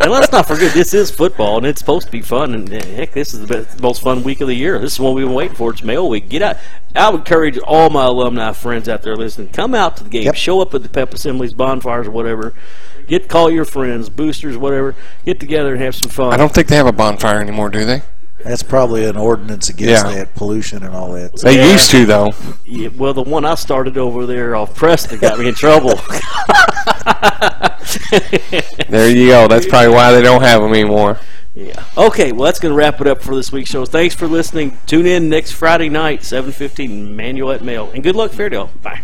C: and let's not forget, this is football, and it's supposed to be fun. And uh, heck, this is the best, most fun week of the year. This is what we've been waiting for. It's Mail Week. Get out. I would encourage all my alumni friends out there listening. Come out to the game.
D: Yep.
C: Show up at the pep assemblies, bonfires, or whatever. Get call your friends, boosters, whatever. Get together and have some fun.
B: I don't think they have a bonfire anymore, do they?
D: that's probably an ordinance against
B: Yeah.
D: that pollution and all that. So
B: They
C: Yeah.
B: used to though.
C: Yeah, well, the one I started over there off Preston got me in trouble.
B: There you go. That's probably why they don't have them anymore.
C: yeah. Okay, well, that's going to wrap it up for this week's show. Thanks for listening. Tune in next Friday night, 7.15, Manual at Mail. And good luck, Fairdale. Bye.